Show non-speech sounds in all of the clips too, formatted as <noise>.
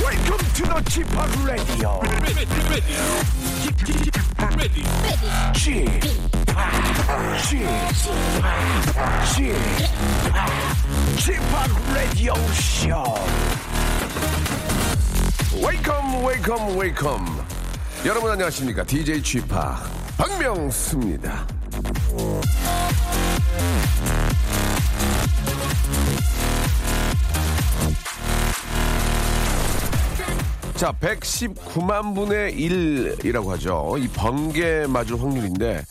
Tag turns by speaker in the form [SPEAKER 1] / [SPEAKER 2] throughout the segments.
[SPEAKER 1] Welcome to the Chip Radio. Chip, Chip, Chip Radio Show. Welcome, welcome, welcome. 여러분 안녕하십니까? DJ Chip 박명수입니다. 자, 119만 분의 1이라고 하죠. 이 번개 맞을 확률인데,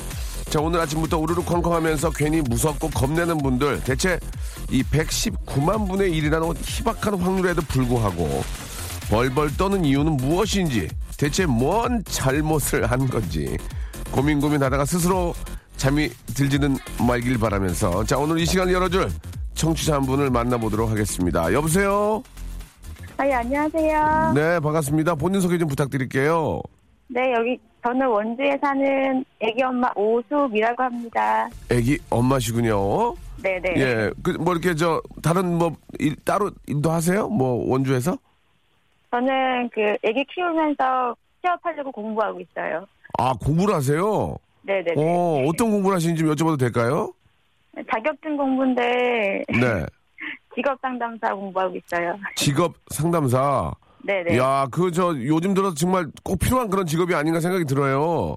[SPEAKER 1] 자, 오늘 아침부터 우르르 쾅쾅하면서 괜히 무섭고 겁내는 분들, 대체 이 119만 분의 1이라는 희박한 확률에도 불구하고, 벌벌 떠는 이유는 무엇인지, 대체 뭔 잘못을 한 건지, 고민 고민하다가 스스로 잠이 들지는 말길 바라면서, 자, 오늘 이 시간을 열어줄 청취자 한 분을 만나보도록 하겠습니다. 여보세요?
[SPEAKER 2] 아예 안녕하세요.
[SPEAKER 1] 네, 반갑습니다. 본인 소개 좀 부탁드릴게요.
[SPEAKER 2] 네, 여기 저는 원주에 사는 애기 엄마 오수미라고 합니다.
[SPEAKER 1] 애기 엄마시군요.
[SPEAKER 2] 네, 네.
[SPEAKER 1] 예, 그 뭐 이렇게 저 다른 뭐 일, 따로 일도 하세요? 뭐 원주에서?
[SPEAKER 2] 저는 그 애기 키우면서 취업하려고 공부하고 있어요.
[SPEAKER 1] 아 공부를 하세요?
[SPEAKER 2] 네, 네.
[SPEAKER 1] 어 어떤 공부를 하시는지 좀 여쭤봐도 될까요?
[SPEAKER 2] 자격증 공부인데
[SPEAKER 1] 네,
[SPEAKER 2] 직업 상담사 공부하고 있어요.
[SPEAKER 1] 직업 상담사.
[SPEAKER 2] 네, 네.
[SPEAKER 1] 야, 그 저 요즘 들어서 정말 꼭 필요한 그런 직업이 아닌가 생각이 들어요.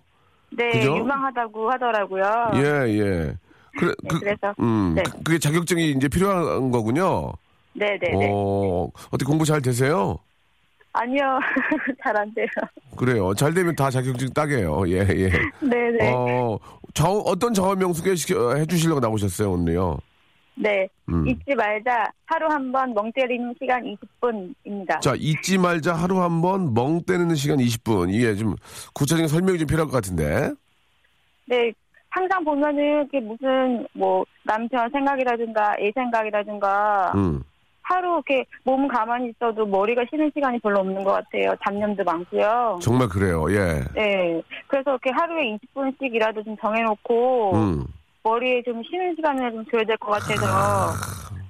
[SPEAKER 2] 네,
[SPEAKER 1] 그죠?
[SPEAKER 2] 유망하다고 하더라고요.
[SPEAKER 1] 예, 예. 그래, 그,
[SPEAKER 2] 그래서,
[SPEAKER 1] 음,
[SPEAKER 2] 아. 네.
[SPEAKER 1] 그- 그게 자격증이 이제 필요한 거군요.
[SPEAKER 2] 네, 네, 네.
[SPEAKER 1] 어, 어떻게 공부 잘 되세요?
[SPEAKER 2] 아니요. <laughs> 잘 안 돼요.
[SPEAKER 1] 그래요. 잘 되면 다 자격증 따게요. 예, 예.
[SPEAKER 2] 네, <laughs> 네.
[SPEAKER 1] 어, 저, 어떤 자원명 소개시켜 해주시려고 나오셨어요 오늘요.
[SPEAKER 2] 네.
[SPEAKER 1] 음.
[SPEAKER 2] 잊지 말자. 하루 한 번 멍 때리는 시간 20분입니다.
[SPEAKER 1] 자 잊지 말자 하루 한 번 멍 때리는 시간 20분 이게 좀 구체적인 설명이 좀 필요할 것 같은데.
[SPEAKER 2] 네, 항상 보면은 이게 무슨 뭐 남편 생각이라든가 애 생각이라든가
[SPEAKER 1] 음.
[SPEAKER 2] 하루 이렇게 몸 가만히 있어도 머리가 쉬는 시간이 별로 없는 것 같아요. 잡념도 많고요.
[SPEAKER 1] 정말 그래요. 예.
[SPEAKER 2] 네, 그래서 이렇게 하루에 20분씩이라도 좀 정해놓고
[SPEAKER 1] 음.
[SPEAKER 2] 머리에 좀 쉬는 시간을 좀 줘야 될 것 같아서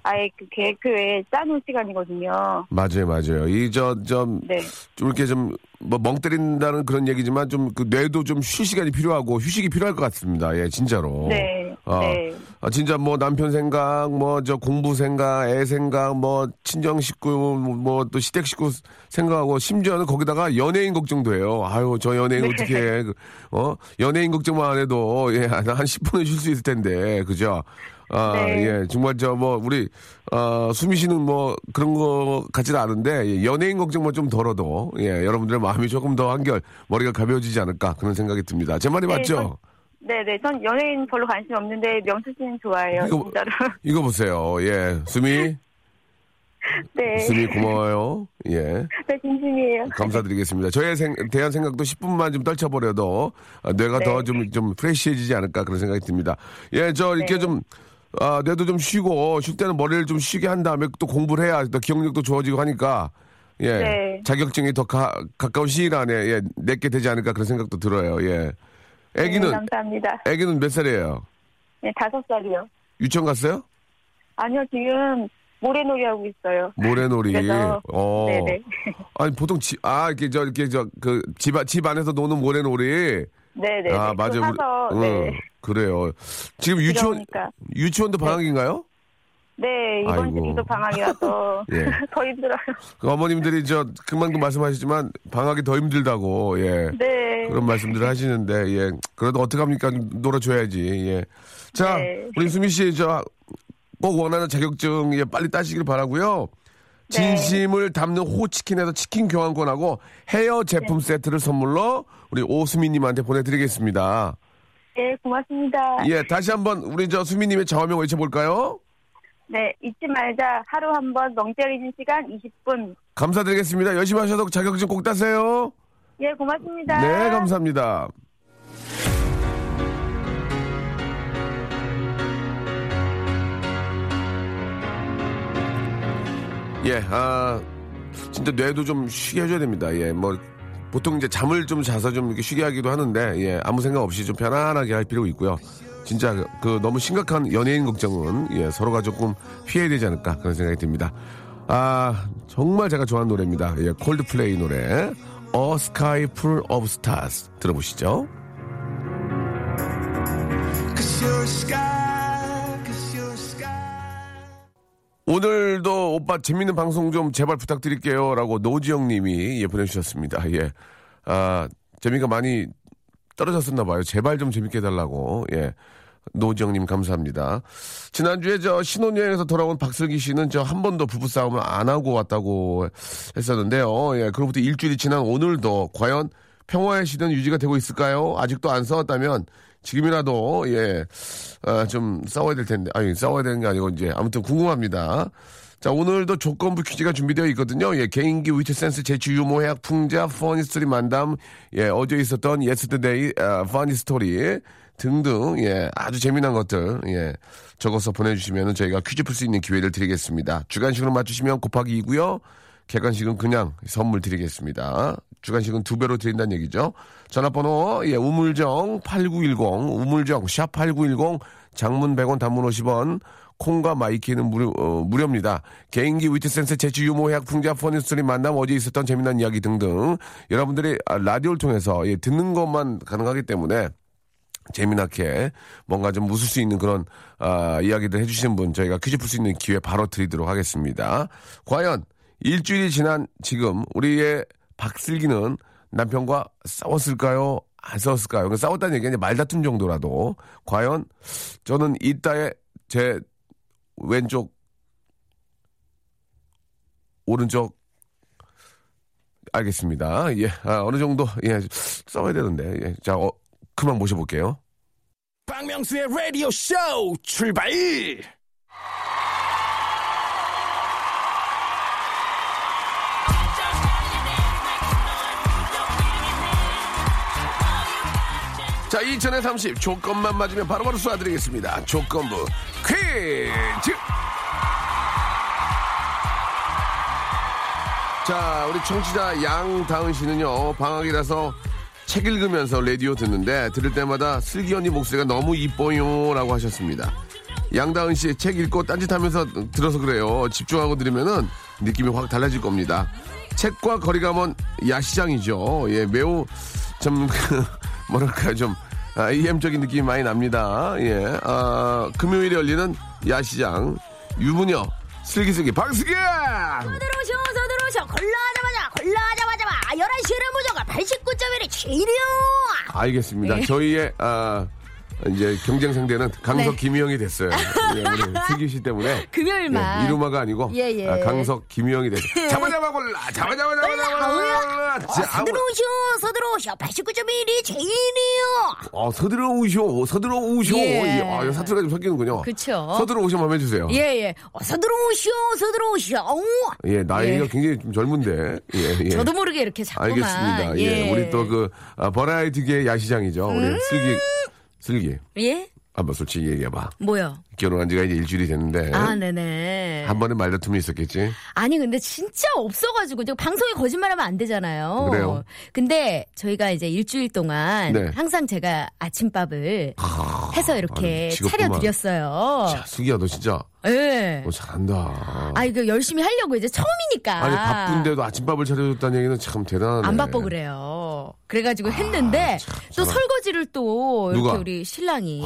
[SPEAKER 2] 아예 그 계획표에 짜놓은 시간이거든요.
[SPEAKER 1] 맞아요, 맞아요. 이 저 좀
[SPEAKER 2] 네,
[SPEAKER 1] 좀 이렇게 좀 뭐 멍 때린다는 그런 얘기지만 좀 그 뇌도 좀 쉴 시간이 필요하고 휴식이 필요할 것 같습니다. 예, 진짜로.
[SPEAKER 2] 네,
[SPEAKER 1] 아,
[SPEAKER 2] 네,
[SPEAKER 1] 아, 진짜 뭐 남편 생각, 뭐 저 공부 생각, 애 생각, 뭐 친정 식구, 뭐 또 시댁 식구 생각하고 심지어는 거기다가 연예인 걱정도 해요. 아유, 저 연예인
[SPEAKER 2] 네.
[SPEAKER 1] 어떻게 해. 그, 어? 연예인 걱정만 안 해도 예, 한 10분은 쉴 수 있을 텐데. 그죠? 아,
[SPEAKER 2] 네.
[SPEAKER 1] 예. 정말 저 뭐 우리 어, 수미 씨는 뭐 그런 거 같지는 않은데 예, 연예인 걱정만 좀 덜어도 예, 여러분들의 마음이 조금 더 한결 머리가 가벼워지지 않을까 그런 생각이 듭니다. 제 말이
[SPEAKER 2] 네,
[SPEAKER 1] 맞죠?
[SPEAKER 2] 전- 네, 네. 전 연예인 별로 관심 없는데 명수 씨는 좋아해요,
[SPEAKER 1] 이거-
[SPEAKER 2] 진짜로. <laughs>
[SPEAKER 1] 이거 보세요. 예. 수미
[SPEAKER 2] 네,
[SPEAKER 1] 수미 고마워요. 예.
[SPEAKER 2] 네, 진심이에요.
[SPEAKER 1] 감사드리겠습니다. 저의 생, 대한 생각도 10분만 좀 떨쳐버려도 아, 뇌가
[SPEAKER 2] 네.
[SPEAKER 1] 더 좀, 좀 프레쉬해지지 않을까 그런 생각이 듭니다. 예, 저
[SPEAKER 2] 네.
[SPEAKER 1] 이렇게 좀, 아, 뇌도 좀 쉬고, 쉴 때는 머리를 좀 쉬게 한 다음에 또 공부를 해야 또 기억력도 좋아지고 하니까, 예.
[SPEAKER 2] 네.
[SPEAKER 1] 자격증이 더 가, 가까운 시일 안에, 예, 내게 되지 않을까 그런 생각도 들어요. 예.
[SPEAKER 2] 네,
[SPEAKER 1] 애기는,
[SPEAKER 2] 감사합니다.
[SPEAKER 1] 애기는 몇 살이에요?
[SPEAKER 2] 네, 다섯 살이요.
[SPEAKER 1] 유치원 갔어요?
[SPEAKER 2] 아니요, 지금 모래놀이 하고 있어요.
[SPEAKER 1] 모래놀이.
[SPEAKER 2] 그래서-
[SPEAKER 1] 어.
[SPEAKER 2] 네네.
[SPEAKER 1] 아니 보통 집, 아 이렇게 저 이렇게 저그집 집 안에서 노는 모래놀이.
[SPEAKER 2] 네네.
[SPEAKER 1] 아 맞아. 우리-
[SPEAKER 2] 사서,
[SPEAKER 1] 응,
[SPEAKER 2] 네.
[SPEAKER 1] 그래요. 지금 유치원
[SPEAKER 2] 그러니까.
[SPEAKER 1] 유치원도 방학인가요?
[SPEAKER 2] 네, 이번
[SPEAKER 1] 아이고.
[SPEAKER 2] 주기도 방학이라서
[SPEAKER 1] <laughs> 예.
[SPEAKER 2] <laughs> 더 힘들어요.
[SPEAKER 1] 그 어머님들이 저 그만큼 말씀하시지만 방학이 더 힘들다고 예
[SPEAKER 2] 네.
[SPEAKER 1] 그런 말씀들을 하시는데 예 그래도 어떡 합니까 놀아줘야지 예. 자
[SPEAKER 2] 네.
[SPEAKER 1] 우리 수미 씨 저 꼭 원하는 자격증 예 빨리 따시길 바라고요.
[SPEAKER 2] 네.
[SPEAKER 1] 진심을 담는 호치킨에서 치킨
[SPEAKER 2] 네.
[SPEAKER 1] 교환권하고 헤어 제품 세트를 선물로 우리 오수미님한테 보내드리겠습니다.
[SPEAKER 2] 네, 고맙습니다.
[SPEAKER 1] 예, 다시 한번 우리 저 수미님의 좌우명 외쳐볼까요?
[SPEAKER 2] 네, 잊지 말자. 하루 한 번 멍때리는 시간 20분.
[SPEAKER 1] 감사드리겠습니다. 열심히 하셔서 자격증 꼭 따세요.
[SPEAKER 2] 예, 고맙습니다.
[SPEAKER 1] 네, 감사합니다. 예, 아, 진짜 뇌도 좀 쉬게 해줘야 됩니다. 예, 뭐, 보통 이제 잠을 좀 자서 좀 이렇게 쉬게 하기도 하는데, 예, 아무 생각 없이 좀 편안하게 할 필요가 있고요. 진짜 그, 그 너무 심각한 연예인 걱정은, 예, 서로가 조금 피해야 되지 않을까 그런 생각이 듭니다. 아, 정말 제가 좋아하는 노래입니다. 예, 콜드플레이 노래. A Sky Full of Stars. 들어보시죠. 오늘도 오빠 재밌는 방송 좀 제발 부탁드릴게요. 라고 노지영 님이 예, 보내주셨습니다. 예. 아, 재미가 많이 떨어졌었나 봐요. 제발 좀 재밌게 해달라고. 예. 노지영 님 감사합니다. 지난주에 저 신혼여행에서 돌아온 박슬기 씨는 저 한 번도 부부싸움을 안 하고 왔다고 했었는데요. 예. 그로부터 일주일이 지난 오늘도 과연 평화의 시대는 유지가 되고 있을까요? 아직도 안 싸웠다면 지금이라도 예, 아, 좀 싸워야 될 텐데 아니 싸워야 되는 게 아니고 이제 아무튼 궁금합니다. 자 오늘도 조건부 퀴즈가 준비되어 있거든요. 예, 개인기 위트 센스 재치 유머 해학 풍자 퍼니스토리 만담 예 어제 있었던 예스터데이 퍼니스토리 등등 예 아주 재미난 것들 예 적어서 보내주시면 저희가 퀴즈 풀 수 있는 기회를 드리겠습니다. 주간식으로 맞추시면 곱하기 2고요. 객관식은 그냥 선물 드리겠습니다. 주간식은 두 배로 드린다는 얘기죠. 전화번호 예 우물정 8910 우물정 샵 8910 장문 100원 단문 50원 콩과 마이키는 무료, 어, 무료입니다. 개인기 위트센스 재치 유모 해학 풍자 퍼니스토리 만남 어제 있었던 재미난 이야기 등등 여러분들이 아, 라디오를 통해서 예, 듣는 것만 가능하기 때문에 재미나게 뭔가 좀 웃을 수 있는 그런 아, 이야기들 해주신 분 저희가 퀴즈 풀 수 있는 기회 바로 드리도록 하겠습니다. 과연 일주일이 지난 지금 우리의 박슬기는 남편과 싸웠을까요? 안 싸웠을까요? 그러니까 싸웠다는 얘기 아니라 말다툼 정도라도 과연 저는 이따에 제 왼쪽 오른쪽 알겠습니다. 예, 아, 어느 정도 예 싸워야 되는데 예, 자 어, 그만 모셔볼게요.
[SPEAKER 3] 박명수의 라디오 쇼 출발!
[SPEAKER 1] 자, 2000에 30 조건만 맞으면 바로바로 쏴드리겠습니다. 조건부 퀴즈! 자, 우리 청취자 양다은 씨는요, 방학이라서 책 읽으면서 라디오 듣는데, 들을 때마다 슬기 언니 목소리가 너무 이뻐요. 라고 하셨습니다. 양다은 씨 책 읽고 딴짓하면서 들어서 그래요. 집중하고 들으면은 느낌이 확 달라질 겁니다. 책과 거리가 먼 야시장이죠. 예, 매우 좀 <laughs> 그, 뭐랄까요 좀 아, EM적인 느낌이 많이 납니다. 예, 아, 금요일에 열리는 야시장 유부녀 슬기슬기 박슬기.
[SPEAKER 4] 들어오셔 들어오셔 골라하자마자 골라하자마자 아, 11시를 무조건 89.1이 치료
[SPEAKER 1] 알겠습니다.
[SPEAKER 5] 네.
[SPEAKER 1] 저희의 아, 이제 경쟁 상대는 강석 김희영이 됐어요. 예, 우리 슬기 씨 때문에.
[SPEAKER 5] 네. <laughs> 금요일만.
[SPEAKER 1] 예, 이루마가 아니고
[SPEAKER 5] 예, 네. 예.
[SPEAKER 1] 아, 강석 김희영이 됐어요. 잡아 잡아 골라 잡아 잡아 잡아 잡아 골라. 자, 아무-
[SPEAKER 4] 서들어오셔 서들어오셔 89.1이 제일이요
[SPEAKER 1] 어, 서들어 오쇼, 서들어 오쇼.
[SPEAKER 5] 예.
[SPEAKER 1] 예. 아, 사투리가 좀 섞이는군요.
[SPEAKER 5] 그쵸.
[SPEAKER 1] 서들어 오쇼 한번 해주세요.
[SPEAKER 5] 예, 예.
[SPEAKER 4] 어서 들어오셔 어서 들어오셔 어우,
[SPEAKER 1] 예, 나이가 굉장히 좀 젊은데. 예, 예.
[SPEAKER 5] 저도 뭐 모르게 이렇게 자꾸만.
[SPEAKER 1] 알겠습니다. 예. 우리 또 그, 아, 버라이티계 야시장이죠.
[SPEAKER 5] 음.
[SPEAKER 1] 우리 슬기, 슬기.
[SPEAKER 5] 예?
[SPEAKER 1] 한번 솔직히 얘기해봐.
[SPEAKER 5] 뭐요?
[SPEAKER 1] 결혼한 지가 이제 일주일이 됐는데.
[SPEAKER 5] 아, 네네.
[SPEAKER 1] 한 번은 말다툼이 있었겠지?
[SPEAKER 5] 아니, 근데 진짜 없어가지고. 저 방송에 거짓말하면 안 되잖아요.
[SPEAKER 1] 그래요?
[SPEAKER 5] 근데 저희가 이제 일주일 동안
[SPEAKER 1] 네.
[SPEAKER 5] 항상 제가 아침밥을 해서 이렇게
[SPEAKER 1] 아니, 미치겠구만.
[SPEAKER 5] 차려드렸어요.
[SPEAKER 1] 야, 슬기야, 너 진짜,
[SPEAKER 5] 예.
[SPEAKER 1] 너 잘한다.
[SPEAKER 5] 아, 이거 열심히 하려고 이제 처음이니까.
[SPEAKER 1] 아니, 바쁜데도 아침밥을 차려줬다는 얘기는 참 대단하네.
[SPEAKER 5] 안 바빠 그래요. 그래가지고 했는데 또
[SPEAKER 1] 잘하-
[SPEAKER 5] 설거지를 또 이렇게
[SPEAKER 1] 누가? 아.
[SPEAKER 5] 우리 신랑이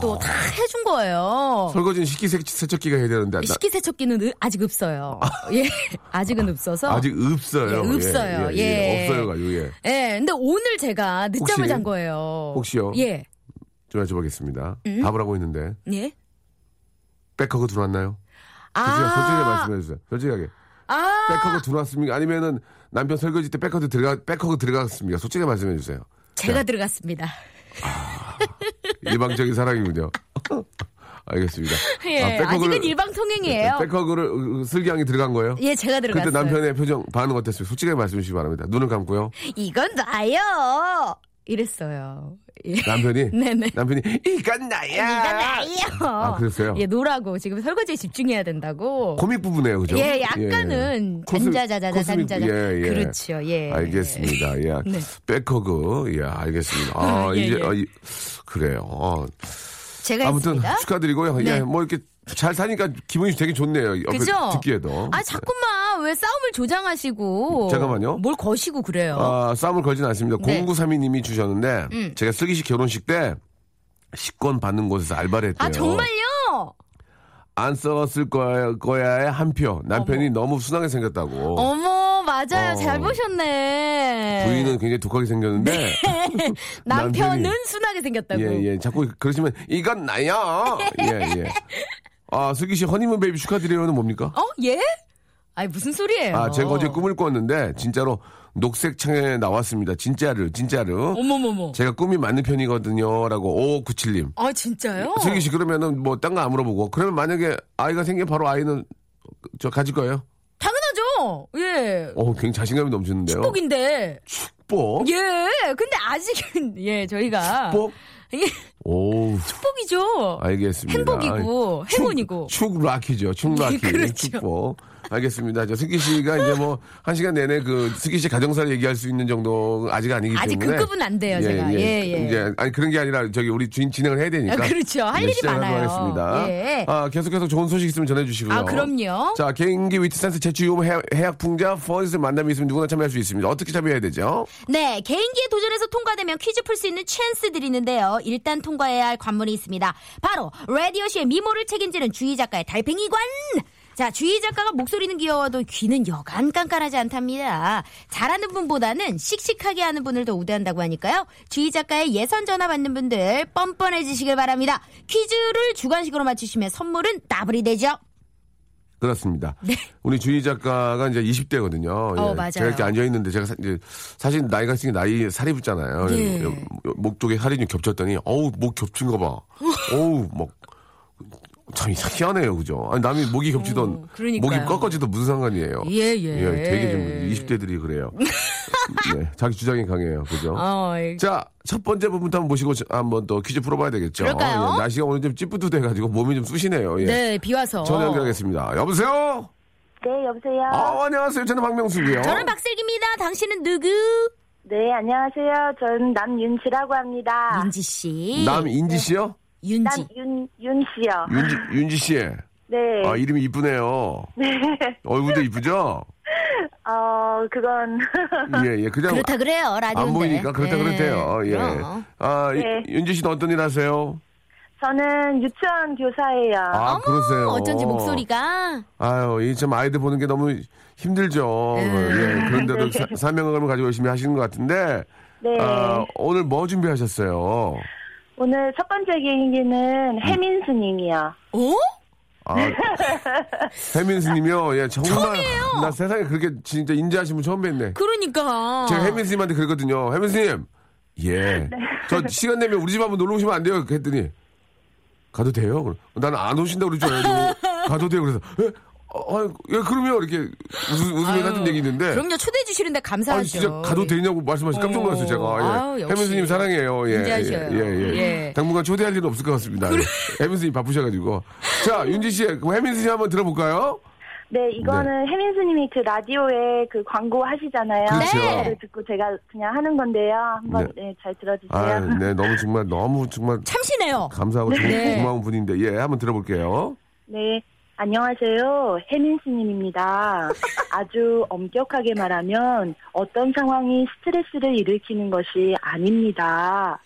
[SPEAKER 5] 또 다 해준 거예요.
[SPEAKER 1] 설거지는 식기세척기가 해야 되는데. 나-
[SPEAKER 5] 식기세척기는 으- 아직 없어요. 예, <laughs> 아직은 없어서.
[SPEAKER 1] 아직 없어요.
[SPEAKER 5] 예, 없어요. 예.
[SPEAKER 1] 없어요가지고 예.
[SPEAKER 5] 예, 근데 오늘 제가 늦잠을
[SPEAKER 1] 혹시-
[SPEAKER 5] 잔 거예요.
[SPEAKER 1] 혹시요?
[SPEAKER 5] 예,
[SPEAKER 1] 좀 여쭤보겠습니다.
[SPEAKER 5] 음?
[SPEAKER 1] 답을 하고 있는데
[SPEAKER 5] 예.
[SPEAKER 1] 백허그 들어왔나요? 솔직하게, 솔직하게
[SPEAKER 5] 아,
[SPEAKER 1] 말씀해 주세요. 솔직하게
[SPEAKER 5] 아,
[SPEAKER 1] 백허그 들어왔습니까? 아니면은 남편 설거지 때 백허그 네. 들어가 백허그 들어갔습니까? 솔직하게 말씀해 주세요.
[SPEAKER 5] 제가 들어갔습니다.
[SPEAKER 1] 일방적인 사랑이군요. <laughs> 알겠습니다.
[SPEAKER 5] 예,
[SPEAKER 1] 아,
[SPEAKER 5] 아,
[SPEAKER 1] 백허그를-
[SPEAKER 5] 직은 일방 통행이에요.
[SPEAKER 1] 백허그를 슬기양이 들어간 거예요?
[SPEAKER 5] 예, 제가 들어갔어요.
[SPEAKER 1] 그때 남편의 표정 반응 어땠어요? 솔직하게 말씀해 주시기 바랍니다. 눈을 감고요.
[SPEAKER 5] 이건 나요. 이랬어요. 예.
[SPEAKER 1] 남편이
[SPEAKER 5] <laughs> 네네.
[SPEAKER 1] 남편이 이건 나야.
[SPEAKER 5] 이건 나요.
[SPEAKER 1] 아, 그랬어요?
[SPEAKER 5] 예, 노라고 지금 설거지에 집중해야 된다고.
[SPEAKER 1] 코믹 부분이에요, 그죠?
[SPEAKER 5] 예, 약간은
[SPEAKER 1] 코스-
[SPEAKER 5] 잔자자자자
[SPEAKER 1] 코스믹-
[SPEAKER 5] 잔자자.
[SPEAKER 1] 예, 예.
[SPEAKER 5] 그렇죠. 예.
[SPEAKER 1] 알겠습니다. 예.
[SPEAKER 5] 네.
[SPEAKER 1] 백허그. 예, 알겠습니다. 아,
[SPEAKER 5] 아, <laughs> 예,
[SPEAKER 1] 이제
[SPEAKER 5] 예. 네,
[SPEAKER 1] 아, 이- 그래요. 어.
[SPEAKER 5] 제가
[SPEAKER 1] 아무튼
[SPEAKER 5] 했습니다. 네.
[SPEAKER 1] 축하드리고요. 예, 뭐 이렇게 잘 사니까 기분이 되게 좋네요. 옆에
[SPEAKER 5] 그죠?
[SPEAKER 1] 듣기에도.
[SPEAKER 5] 아, 자꾸만 왜 싸움을 조장하시고.
[SPEAKER 1] 잠깐만요.
[SPEAKER 5] 뭘 거시고 그래요.
[SPEAKER 1] 아, 싸움을 걸진 않습니다.
[SPEAKER 5] 네. 음.
[SPEAKER 1] 0932님이 주셨는데 제가 슬기씨 결혼식 때 식권 받는 곳에서 알바를 했대요.
[SPEAKER 5] 아, 정말요?
[SPEAKER 1] 안 썼을 거야, 거야의 한 표. 남편이 너무 순하게 생겼다고.
[SPEAKER 5] 어머, 맞아요.
[SPEAKER 1] 어.
[SPEAKER 5] 잘 보셨네.
[SPEAKER 1] 부인은 굉장히 독하게 생겼는데.
[SPEAKER 5] 네.
[SPEAKER 1] <laughs>
[SPEAKER 5] 남편은
[SPEAKER 1] 남편이-
[SPEAKER 5] 순하게 생겼다고.
[SPEAKER 1] 예, 예. 자꾸 그러시면 이건
[SPEAKER 5] <laughs>
[SPEAKER 1] 나야. 예, 예. 아, 슬기 씨 허니문 베이비 축하드려요는 뭡니까?
[SPEAKER 5] 어? 예? 아니, 무슨 소리예요?
[SPEAKER 1] 아, 제가 어제 꿈을 꿨는데 진짜로 녹색 창에 나왔습니다. 진짜를, 진짜로.
[SPEAKER 5] 어머머머.
[SPEAKER 1] 제가 꿈이 맞는 편이거든요라고 5597님.
[SPEAKER 5] 아, 진짜요?
[SPEAKER 1] 슬기 씨 그러면은 뭐 딴 거 안 물어보고 그러면 만약에 아이가 생기면 바로 아이는 저 가질 거예요?
[SPEAKER 5] 당연하죠. 예.
[SPEAKER 1] 어, 굉장히 자신감이 넘치는데요.
[SPEAKER 5] 축복인데.
[SPEAKER 1] 축복.
[SPEAKER 5] 예. 근데 아직은 <laughs> 예, 저희가
[SPEAKER 1] 축복. 아,
[SPEAKER 5] 예,
[SPEAKER 1] 오,
[SPEAKER 5] <laughs> 축복이죠.
[SPEAKER 1] 알겠습니다.
[SPEAKER 5] 행복이고
[SPEAKER 1] 축-
[SPEAKER 5] 행운이고.
[SPEAKER 1] 축 락이죠. 축 락이.
[SPEAKER 5] 예, 그렇죠.
[SPEAKER 1] 축복. 알겠습니다. 저 승기 씨가 이제 뭐 한 시간 내내 그 승기 씨 가정사를 얘기할 수 있는 정도 아직 아니기 때문에
[SPEAKER 5] 아직 그 급은 안 돼요, 제가. 예, 예.
[SPEAKER 1] 이제 아니 그런 게 아니라 저기 우리 주인 진행을 해야 되니까.
[SPEAKER 5] 아, 그렇죠. 할
[SPEAKER 1] 네,
[SPEAKER 5] 일이
[SPEAKER 1] 시작하도록
[SPEAKER 5] 많아요.
[SPEAKER 1] 하겠습니다.
[SPEAKER 5] 예.
[SPEAKER 1] 아, 계속해서 좋은 소식 있으면 전해 주시고요.
[SPEAKER 5] 아, 그럼요.
[SPEAKER 1] 자, 개인기 위트 센스 제출 요금 해약, 해약 풍자 퍼스트 만남이 있으면 누구나 참여할 수 있습니다. 어떻게 참여해야 되죠?
[SPEAKER 5] 네, 개인기에 도전해서 통과되면 퀴즈 풀 수 있는 찬스들이 있는데요. 일단 통과해야 할 관문이 있습니다. 바로 라디오쇼의 미모를 책임지는 주희 작가의 달팽이관. 자, 주희 작가가 목소리는 귀여워도 귀는 여간 깐깐하지 않답니다. 잘하는 분보다는 씩씩하게 하는 분을 더 우대한다고 하니까요. 주희 작가의 예선 전화 받는 분들 뻔뻔해지시길 바랍니다. 퀴즈를 주관식으로 맞추시면 선물은 나불이 되죠.
[SPEAKER 1] 그렇습니다. 우리 주희 작가가 이제 20대거든요.
[SPEAKER 5] 네.
[SPEAKER 1] 예.
[SPEAKER 5] 어, 맞아요.
[SPEAKER 1] 제가 이렇게 앉아 있는데 제가 사, 실 나이가 있으니 나이 살이 붙잖아요.
[SPEAKER 5] 예.
[SPEAKER 1] 여- 여- 목 쪽에 살이 좀 겹쳤더니 어우 목 겹친 거
[SPEAKER 5] <laughs>
[SPEAKER 1] 봐. 어우 막참 희한해요, 그죠? 아니 남이 목이 겹치던
[SPEAKER 5] 어, 그러니까요.
[SPEAKER 1] 목이 꺾어지던 무슨 상관이에요.
[SPEAKER 5] 예, 예.
[SPEAKER 1] 되게 좀 20대들이
[SPEAKER 5] <laughs>
[SPEAKER 1] 그래요. 네, 자기 주장이 강해요, 그죠?
[SPEAKER 5] 어,
[SPEAKER 1] 자, 첫 번째 부분부터 한번 모시고 저- 한번 더 퀴즈 풀어봐야 되겠죠.
[SPEAKER 5] 그럴까요?
[SPEAKER 1] 예, 날씨가 오늘 좀 찌뿌듯해가지고 몸이 좀 쑤시네요. 예.
[SPEAKER 5] 네, 비와서.
[SPEAKER 1] 전화 연결하겠습니다. 여보세요?
[SPEAKER 2] 네, 여보세요.
[SPEAKER 1] 아, 안녕하세요. 저는 박명수고요.
[SPEAKER 5] 저는 박슬기입니다. 당신은 누구?
[SPEAKER 2] 네, 안녕하세요. 전 남윤지라고
[SPEAKER 1] 아,
[SPEAKER 2] 합니다.
[SPEAKER 5] 윤지 씨.
[SPEAKER 1] 남인지 씨요?
[SPEAKER 5] 윤지.
[SPEAKER 2] 남윤윤 씨요.
[SPEAKER 1] 윤지, 윤지 씨.
[SPEAKER 2] 네.
[SPEAKER 1] 아, 이름이 이쁘네요. 얼굴도 이쁘죠?
[SPEAKER 2] 어, 그건 <laughs>
[SPEAKER 1] 예, 예. 그냥
[SPEAKER 5] 그렇다 그래요 라디오
[SPEAKER 1] 안 보이니까 그렇다
[SPEAKER 5] 네.
[SPEAKER 1] 그렇대요. 예. 아, 이-
[SPEAKER 2] 네.
[SPEAKER 1] 윤지 씨는 어떤 일 하세요?
[SPEAKER 2] 저는 유치원 교사예요.
[SPEAKER 1] 아, 그러세요.
[SPEAKER 5] 어쩐지 목소리가
[SPEAKER 1] 아유, 이 참 아이들 보는 게 너무 힘들죠.
[SPEAKER 5] 네.
[SPEAKER 1] 예. 그런데도 사- 사명감을 가지고 열심히 하시는 것 같은데.
[SPEAKER 2] 네.
[SPEAKER 1] 아, 오늘 뭐 준비하셨어요?
[SPEAKER 2] 오늘 첫 번째
[SPEAKER 1] 음.
[SPEAKER 2] 개인기는 혜민 스님이요.
[SPEAKER 5] 어?
[SPEAKER 1] 아, 혜민스님이요. 예, 정말 나 세상에 그렇게 진짜 인자하신 분 처음 뵀네.
[SPEAKER 5] 그러니까.
[SPEAKER 1] 제가 혜민스님한테 그랬거든요. 혜민스님, 예, 저 시간 되면 우리 집 한번 놀러 오시면 안 돼요? 했더니 가도 돼요? 그럼 나는 안 오신다 그럴 줄 알고 가도 돼요? 그래서 예, 어, 아유, 예, 그럼요. 이렇게 웃음 웃음이 하던 얘기 있는데.
[SPEAKER 5] 그럼요 초대해 주시는데 감사하죠.
[SPEAKER 1] 아니 진짜 가도 되냐고 말씀하시 깜짝 놀랐어요 제가
[SPEAKER 5] 아유,
[SPEAKER 1] 예.
[SPEAKER 5] 역시.
[SPEAKER 1] 혜민스님 사랑해요 예,
[SPEAKER 5] 인자하셔요.
[SPEAKER 1] 예, 예, 예.
[SPEAKER 5] 예.
[SPEAKER 1] 당분간 초대할 일은 없을 것 같습니다 예. 혜민스님 바쁘셔가지고 자 윤지씨 혜민스님 한번 들어볼까요?
[SPEAKER 2] 네, 이거는 혜민 스님이 그 라디오에 그 광고 하시잖아요.
[SPEAKER 1] 그렇죠. 네.
[SPEAKER 2] 그거를 듣고 제가 그냥 하는 건데요. 한번 네. 잘 들어주세요.
[SPEAKER 1] 아, 네, 너무 정말 너무 정말
[SPEAKER 5] 참신해요.
[SPEAKER 1] 감사하고 정-
[SPEAKER 5] 네.
[SPEAKER 1] 고마운 분인데 예, 한번 들어볼게요.
[SPEAKER 2] 네, 안녕하세요.
[SPEAKER 1] <laughs>
[SPEAKER 2] 혜민 스님입니다. 아주 엄격하게 말하면 어떤 상황이 스트레스를 일으키는 것이 아닙니다.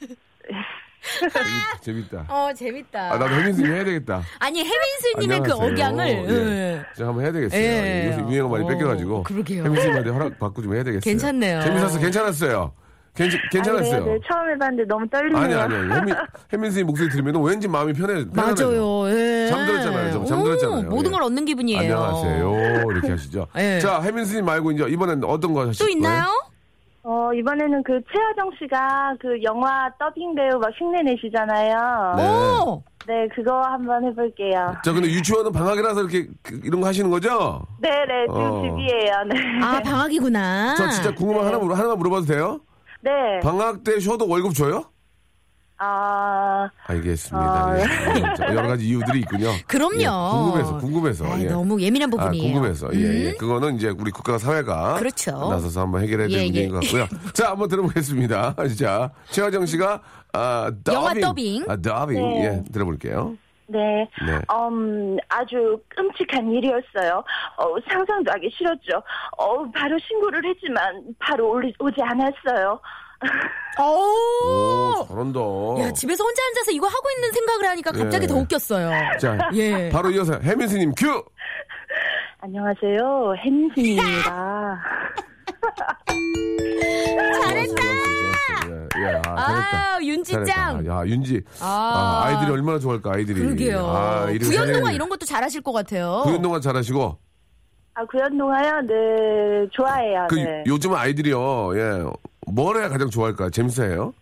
[SPEAKER 1] 재밌- 재밌다.
[SPEAKER 5] 어 재밌다.
[SPEAKER 1] 아, 나도 혜민스님 해야 되겠다.
[SPEAKER 5] 니 혜민스님의 그
[SPEAKER 1] 안녕하세요.
[SPEAKER 5] 억양을
[SPEAKER 1] 예.
[SPEAKER 5] 예.
[SPEAKER 1] 제가 한번 해야 되겠어요.
[SPEAKER 5] 예.
[SPEAKER 1] 요새 유행어 많이
[SPEAKER 5] 어,
[SPEAKER 1] 뺏겨가지고
[SPEAKER 5] 그러게요.
[SPEAKER 1] 혜민스님한테 허락 받고 좀 해야 되겠어요.
[SPEAKER 5] 괜찮네요.
[SPEAKER 1] 재밌었어, 괜찮았어요. 괜찮,
[SPEAKER 2] 아,
[SPEAKER 1] 괜찮았어요.
[SPEAKER 2] 그래요? 네, 처음 해봤는데 너무 떨리네요.
[SPEAKER 1] 아니 아니 아니 혜민 혜민스님 목소리 들으면 왠지 마음이 편해. 편안해져.
[SPEAKER 5] 맞아요. 예.
[SPEAKER 1] 잠들었잖아요, 좀. 잠들었잖아요.
[SPEAKER 5] 오, 모든
[SPEAKER 1] 예.
[SPEAKER 5] 걸 얻는 기분이에요. <laughs>
[SPEAKER 1] 안녕하세요. 이렇게 하시죠.
[SPEAKER 5] 예.
[SPEAKER 1] 자 혜민스님 말고 이제 이번엔 어떤 거 하실
[SPEAKER 5] 또
[SPEAKER 1] 거예요?
[SPEAKER 5] 있나요?
[SPEAKER 2] 어, 이번에는 그 최하정 씨가 그 영화 더빙 배우 막 흉내 내시잖아요.
[SPEAKER 1] 네.
[SPEAKER 5] 오!
[SPEAKER 2] 네, 그거 한번 해볼게요.
[SPEAKER 1] 자, 근데 유치원은 방학이라서 이렇게 그- 이런 거 하시는 거죠?
[SPEAKER 2] 네네, 지금
[SPEAKER 1] 어.
[SPEAKER 2] 집이에요. 네.
[SPEAKER 5] 아, 방학이구나.
[SPEAKER 1] 저 진짜 궁금한 하나, 물어- 하나만 물어봐도 돼요?
[SPEAKER 2] 네.
[SPEAKER 1] 방학 때 쉬어도 월급 줘요?
[SPEAKER 2] 아,
[SPEAKER 1] 알겠습니다.
[SPEAKER 2] 어.
[SPEAKER 1] 예. 예. 자, 여러 가지 이유들이 있군요.
[SPEAKER 5] 네. <laughs> 그럼요.
[SPEAKER 1] 예, 궁금해서, 궁금해서.
[SPEAKER 5] 아이,
[SPEAKER 1] 예.
[SPEAKER 5] 너무 예민한
[SPEAKER 1] 아,
[SPEAKER 5] 부분이에요. 음.
[SPEAKER 1] 궁금해서. 예, 예. 그거는 이제 우리 국가 사회가
[SPEAKER 5] 그렇죠.
[SPEAKER 1] 나서서 한번 해결해야 될
[SPEAKER 5] 예,
[SPEAKER 1] 문제인
[SPEAKER 5] 예.
[SPEAKER 1] 것 같고요.
[SPEAKER 5] <laughs>
[SPEAKER 1] 자, 한번 들어보겠습니다. <laughs> 자, 최화정 씨가 아, 더빙.
[SPEAKER 5] 영화 더빙.
[SPEAKER 1] 아, 더빙.
[SPEAKER 2] 네.
[SPEAKER 1] 예, 들어볼게요.
[SPEAKER 2] 네.
[SPEAKER 1] 네.
[SPEAKER 2] 음, 아주 끔찍한 일이었어요. 어, 상상도 하기 싫었죠. 어, 바로 신고를 했지만 바로 올리, 오지 않았어요.
[SPEAKER 5] 어우.
[SPEAKER 1] 오, 잘한다.
[SPEAKER 5] 야, 집에서 혼자 앉아서 이거 하고 있는 생각을 하니까 갑자기
[SPEAKER 1] 예.
[SPEAKER 5] 더 웃겼어요.
[SPEAKER 1] 자,
[SPEAKER 5] 예.
[SPEAKER 1] 바로 이어서 해민스님 큐!
[SPEAKER 2] 안녕하세요. 햄슨입니다.
[SPEAKER 1] 잘했다! 예, 예, 아, 잘했다.
[SPEAKER 5] 아유, 윤지짱.
[SPEAKER 1] 잘했다. 야, 윤지.
[SPEAKER 5] 아.
[SPEAKER 1] 아, 이들이 얼마나 좋아할까, 아이들이.
[SPEAKER 5] 그러게요.
[SPEAKER 1] 아, 이름
[SPEAKER 5] 구연동화
[SPEAKER 1] 사장님.
[SPEAKER 5] 이런 것도 잘하실 것 같아요.
[SPEAKER 1] 구연동화 잘하시고.
[SPEAKER 2] 아, 구연동화요? 네, 좋아해요.
[SPEAKER 1] 그
[SPEAKER 2] 네.
[SPEAKER 1] 요즘 아이들이요, 예. 뭘 해야 가장 좋아할까? 잼스예요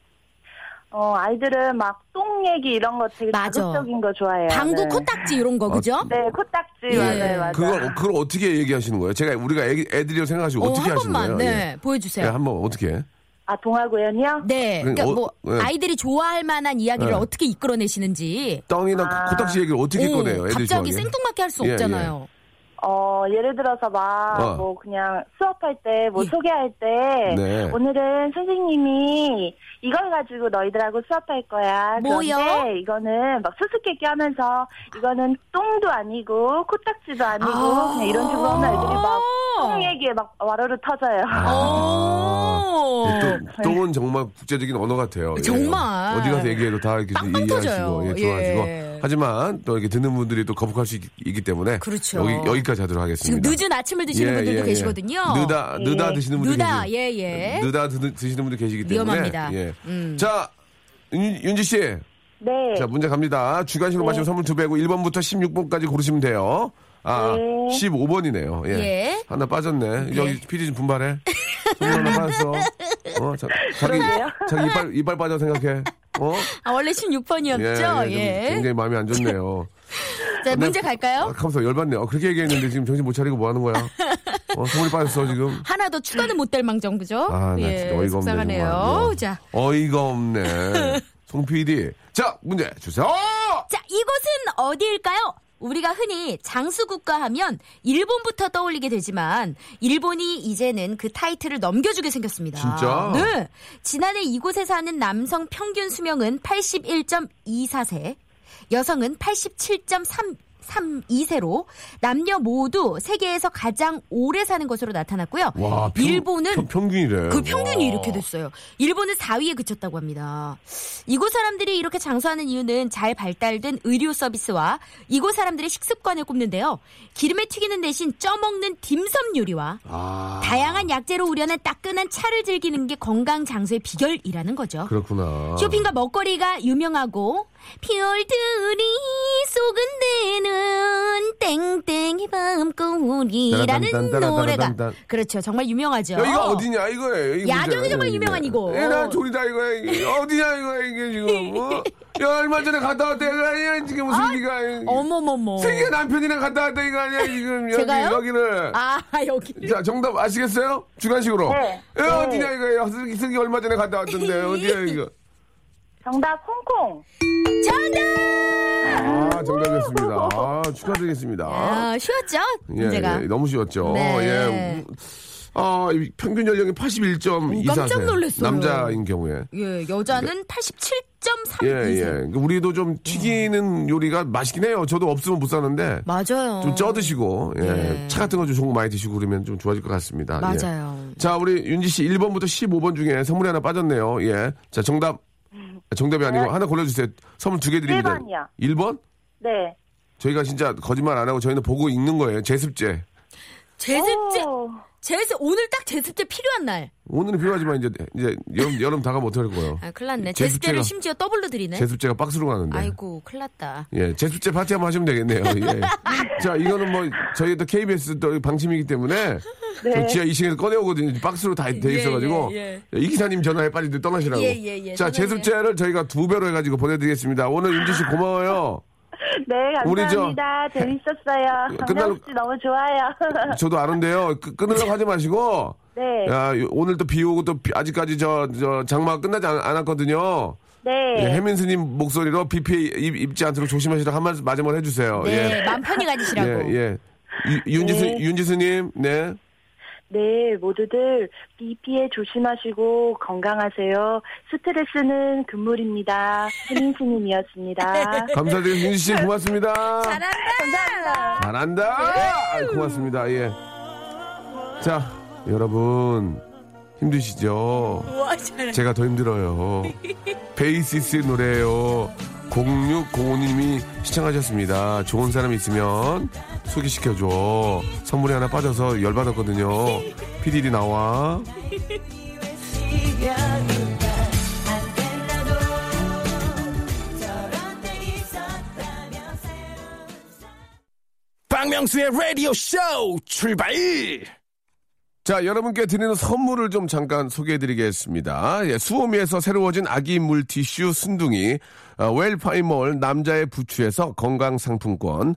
[SPEAKER 2] 어, 아이들은 막 똥 얘기 이런 거 되게
[SPEAKER 5] 맞아.
[SPEAKER 2] 자극적인 거 좋아해요.
[SPEAKER 5] 방구
[SPEAKER 2] 네.
[SPEAKER 5] 코딱지 이런
[SPEAKER 1] 아,
[SPEAKER 5] 거, 그죠?
[SPEAKER 2] 네, 코딱지.
[SPEAKER 5] 예.
[SPEAKER 2] 맞아요, 맞아요.
[SPEAKER 1] 그걸, 그걸 어떻게 얘기하시는 거예요? 제가 우리가 애기, 애들이라고 생각하시고
[SPEAKER 5] 어,
[SPEAKER 1] 어떻게
[SPEAKER 5] 한
[SPEAKER 1] 하시는
[SPEAKER 5] 번만,
[SPEAKER 1] 거예요?
[SPEAKER 5] 네,
[SPEAKER 1] 예. 예,
[SPEAKER 5] 보여주세요.
[SPEAKER 1] 한번 어떻게? 해?
[SPEAKER 2] 아, 동화구연이요?
[SPEAKER 5] 네, 그러니까
[SPEAKER 1] 어,
[SPEAKER 5] 뭐
[SPEAKER 1] 네.
[SPEAKER 5] 아이들이 좋아할 만한 이야기를
[SPEAKER 1] 네.
[SPEAKER 5] 어떻게 이끌어내시는지.
[SPEAKER 1] 덩이나 코딱지 얘기를 어떻게
[SPEAKER 5] 아. 오,
[SPEAKER 1] 꺼내요? 애들
[SPEAKER 5] 갑자기
[SPEAKER 1] 좋아하게?
[SPEAKER 5] 생뚱맞게 할 수
[SPEAKER 1] 예,
[SPEAKER 5] 없잖아요.
[SPEAKER 2] 어, 예를 들어서 막,
[SPEAKER 1] 어. 음.
[SPEAKER 2] 뭐, 그냥 수업할 때, 뭐,
[SPEAKER 5] 예.
[SPEAKER 2] 소개할 때,
[SPEAKER 1] 네.
[SPEAKER 2] 오늘은 선생님이 이걸 가지고 너희들하고 수업할 거야.
[SPEAKER 5] 뭐요?
[SPEAKER 2] 그런데 이거는 막 수수께끼 하면서, 이거는 똥도 아니고, 코딱지도 아니고,
[SPEAKER 5] 아.
[SPEAKER 2] 그냥 이런 식으로 하면 애들이 막, 똥 얘기에 막 와르르 터져요.
[SPEAKER 5] 오.
[SPEAKER 1] 예, 아, 또, 똥은 정말 국제적인 언어 같아요. 예.
[SPEAKER 5] 어. 정말.
[SPEAKER 1] 어디 가서 얘기해도 다 이렇게
[SPEAKER 5] 빵빵
[SPEAKER 1] 이해하시고,
[SPEAKER 5] 터져요.
[SPEAKER 1] 예, 좋아하시고.
[SPEAKER 5] 예.
[SPEAKER 1] 하지만 또 이렇게 듣는 분들이 또 거북할 수 있, 기 때문에.
[SPEAKER 5] 그렇죠.
[SPEAKER 1] 여기, 여기까지 하도록
[SPEAKER 5] 지금
[SPEAKER 1] 하겠습니다.
[SPEAKER 5] 늦은 아침을 드시는
[SPEAKER 1] 예,
[SPEAKER 5] 분들도
[SPEAKER 1] 예, 예.
[SPEAKER 5] 계시거든요.
[SPEAKER 1] 느다 느다
[SPEAKER 2] 예.
[SPEAKER 1] 드시는 분들
[SPEAKER 5] 느다,
[SPEAKER 1] 계시,
[SPEAKER 5] 예, 예.
[SPEAKER 1] 느다 드, 드시는 분들 계시기 때문에
[SPEAKER 5] 위험합니다.
[SPEAKER 1] 예.
[SPEAKER 5] 음.
[SPEAKER 1] 자 윤, 윤지 씨.
[SPEAKER 2] <laughs> 네.
[SPEAKER 1] 자, 문제 갑니다. 주간식으로 마시면 선물 두 배고 1번부터 16번까지 고르시면 돼요. 아,
[SPEAKER 2] 네.
[SPEAKER 1] 15번이네요. 예.
[SPEAKER 5] 예.
[SPEAKER 1] 하나 빠졌네. 여기 피디 좀 분발해. 선물 하나 빠졌어. 어, 자, 자기 자기 이빨 이빨 빠져 생각해. 어?
[SPEAKER 5] 아, 원래 16번이었죠?
[SPEAKER 1] 좀
[SPEAKER 5] 예.
[SPEAKER 1] 굉장히 마음이 안 좋네요.
[SPEAKER 5] 자, 문제
[SPEAKER 1] 네. 아,
[SPEAKER 5] 갈까요?
[SPEAKER 1] 감사 열받네. 요 그렇게 얘기했는데 지금 정신 못 차리고 뭐 하는 거야? 어, 선물이 빠졌어 지금.
[SPEAKER 5] 하나 더 추가는 못 될 망정, 그죠?
[SPEAKER 1] 아, 나
[SPEAKER 5] 예,
[SPEAKER 1] 진짜 어이가 없네.
[SPEAKER 5] 속상하네요.
[SPEAKER 1] 정말. 예.
[SPEAKER 5] 자,
[SPEAKER 1] 어이가 없네. 송 PD. 자, 문제 주세요.
[SPEAKER 5] 자, 이곳은 어디일까요? 우리가 흔히 장수국가 하면 일본부터 떠올리게 되지만 일본이 이제는 그 타이틀을 넘겨주게 생겼습니다.
[SPEAKER 1] 진짜?
[SPEAKER 5] 네. 지난해 이곳에 사는 남성 평균 수명은 81.24세, 여성은 87.32세로 남녀 모두 세계에서 가장 오래 사는 것으로 나타났고요.
[SPEAKER 1] 와, 평-
[SPEAKER 5] 일본은
[SPEAKER 1] 평- 평균이래.
[SPEAKER 5] 그 평균이
[SPEAKER 1] 와.
[SPEAKER 5] 이렇게 됐어요. 일본은 4위에 그쳤다고 합니다. 이곳 사람들이 이렇게 장수하는 이유는 잘 발달된 의료 서비스와 이곳 사람들의 식습관을 꼽는데요. 기름에 튀기는 대신 쪄먹는 딤섬 요리와
[SPEAKER 1] 아.
[SPEAKER 5] 다양한 약재로 우려낸 따끈한 차를 즐기는 게 건강 장수의 비결이라는 거죠.
[SPEAKER 1] 그렇구나.
[SPEAKER 5] 쇼핑과 먹거리가 유명하고 피올드리 속은 데는 땡땡이 밤거울이라는
[SPEAKER 1] 따라단딴,
[SPEAKER 5] 노래가
[SPEAKER 1] 따라단딴.
[SPEAKER 5] 그렇죠 정말 유명하죠.
[SPEAKER 1] 여기가 어디냐 이거예요. 이게
[SPEAKER 5] 야경이
[SPEAKER 1] 문제야.
[SPEAKER 5] 정말 유명한 이곳.
[SPEAKER 1] 예, 난 졸이다 이거야. 이게. 어디냐 이거야 이게 지금. 어? 야 얼마 전에 갔다 왔대. 이거 아니야 지금 무슨 기가.
[SPEAKER 5] 어머머머.
[SPEAKER 1] 예. 생겨 남편이랑 갔다 왔대 이거 아니야 지금 여기
[SPEAKER 5] 제가요?
[SPEAKER 1] 여기를.
[SPEAKER 5] 아 여기.
[SPEAKER 1] 자 정답 아시겠어요? 주간식으로.
[SPEAKER 2] 네.
[SPEAKER 1] 예,
[SPEAKER 2] 네.
[SPEAKER 1] 어디냐 이거야. 슬기 슬기 얼마 전에 갔다 왔던데 어디야 이거.
[SPEAKER 2] 정답, 홍콩.
[SPEAKER 1] 아 정답이었습니다. 아 축하드리겠습니다.
[SPEAKER 5] 아 쉬웠죠
[SPEAKER 1] 예,
[SPEAKER 5] 문제가.
[SPEAKER 1] 예, 너무 쉬웠죠.
[SPEAKER 5] 네.
[SPEAKER 1] 예. 아, 이 평균 연령이 81.24세.
[SPEAKER 5] 깜짝 놀랐어요.
[SPEAKER 1] 남자인 경우에.
[SPEAKER 5] 예, 여자는 87.3.
[SPEAKER 1] 네. 예,
[SPEAKER 5] 세
[SPEAKER 1] 예. 그러니까 우리도 좀 튀기는 요리가 맛있긴 해요. 저도 없으면 못 사는데.
[SPEAKER 5] 맞아요.
[SPEAKER 1] 좀 쪄드시고, 예.
[SPEAKER 5] 어. 예.
[SPEAKER 1] 차 같은 거 좀 좋은 거 많이 드시고 그러면 좀 좋아질 것 같습니다. 예.
[SPEAKER 5] 맞아요.
[SPEAKER 1] 자, 우리 윤지 씨 1번부터 15번 중에 선물이 하나 빠졌네요. 예. 자, 정답. 정답이 아니고 하나 골라주세요. 선물 두 개 드립니다.
[SPEAKER 2] 네? 일 번이요.
[SPEAKER 1] 1번?
[SPEAKER 2] 네.
[SPEAKER 1] 저희가 진짜 거짓말 안 하고 저희는 보고 읽는 거예요. 제습제.
[SPEAKER 5] 제습제
[SPEAKER 2] 오.
[SPEAKER 5] 제습 오늘 딱 제습제 필요한 날.
[SPEAKER 1] 오늘은 필요하지만 이제, 이제 여름, 여름 다가면 어떡할 거예요.
[SPEAKER 5] 아 큰일 났네.
[SPEAKER 1] 제습제가-
[SPEAKER 5] 제습제를 심지어 더블로 드리네.
[SPEAKER 1] 제습제가 박스로 가는데.
[SPEAKER 5] 아이고 큰일 났다.
[SPEAKER 1] 예,
[SPEAKER 6] <laughs>
[SPEAKER 1] 제습제 파티 한번 하시면 되겠네요. 예. 자, 이거는 뭐 저희 또 KBS 또 방침이기 때문에 저 지하 2층에서 꺼내오거든요. 박스로 다 돼 있어가지고.
[SPEAKER 6] 예,
[SPEAKER 1] 이 기사님 전화해 빨리 이제 떠나시라고.
[SPEAKER 6] 예, 예, 예,
[SPEAKER 1] 자,
[SPEAKER 6] 전화해요.
[SPEAKER 1] 제습제를 저희가 두 배로 해가지고 보내드리겠습니다. 오늘 윤지 씨 고마워요.
[SPEAKER 2] 네,
[SPEAKER 1] 우리 저-
[SPEAKER 2] 감사합니다. 재밌었어요.
[SPEAKER 1] 끝날-
[SPEAKER 2] 강남 씨 너무 좋아요. <laughs>
[SPEAKER 1] 저도 아는데요. 끄, 끊으려고 하지 마시고.
[SPEAKER 2] 네.
[SPEAKER 1] 야, 요- 오늘 또 비 오고 또 비- 아직까지 저, 저 장마가 끝나지 않, 않았거든요.
[SPEAKER 2] 네.
[SPEAKER 1] 예, 혜민 스님 목소리로 비 피해 입, 입지 않도록 조심하시라고 한 말씀 마지막으로 해주세요.
[SPEAKER 5] 네,
[SPEAKER 1] 예.
[SPEAKER 5] 마음 편히 가지시라고.
[SPEAKER 1] 예, 예. 유- 윤지스, 윤지스님, 네.
[SPEAKER 2] 네, 모두들 비 피해 조심하시고 건강하세요. 스트레스는 금물입니다. 혜민스님이었습니다.
[SPEAKER 1] 감사드립니다. 윤지 씨 고맙습니다.
[SPEAKER 2] 감사합니다.
[SPEAKER 1] 잘한다. 아이, 고맙습니다. 예. 자, 여러분 힘드시죠?
[SPEAKER 6] 와, 잘해.
[SPEAKER 1] 제가 더 힘들어요. 베이시스의 노래예요. 0605님이 시청하셨습니다. 좋은 사람 있으면 소개시켜줘. 선물이 하나 빠져서 열받았거든요. PDD 나와.
[SPEAKER 3] 박명수의 라디오 쇼 출발!
[SPEAKER 1] 자, 여러분께 드리는 선물을 좀 잠깐 소개해드리겠습니다. 예, 수오미에서 새로워진 아기 물티슈 순둥이, 아, 웰파이몰 남자의 부추에서 건강상품권,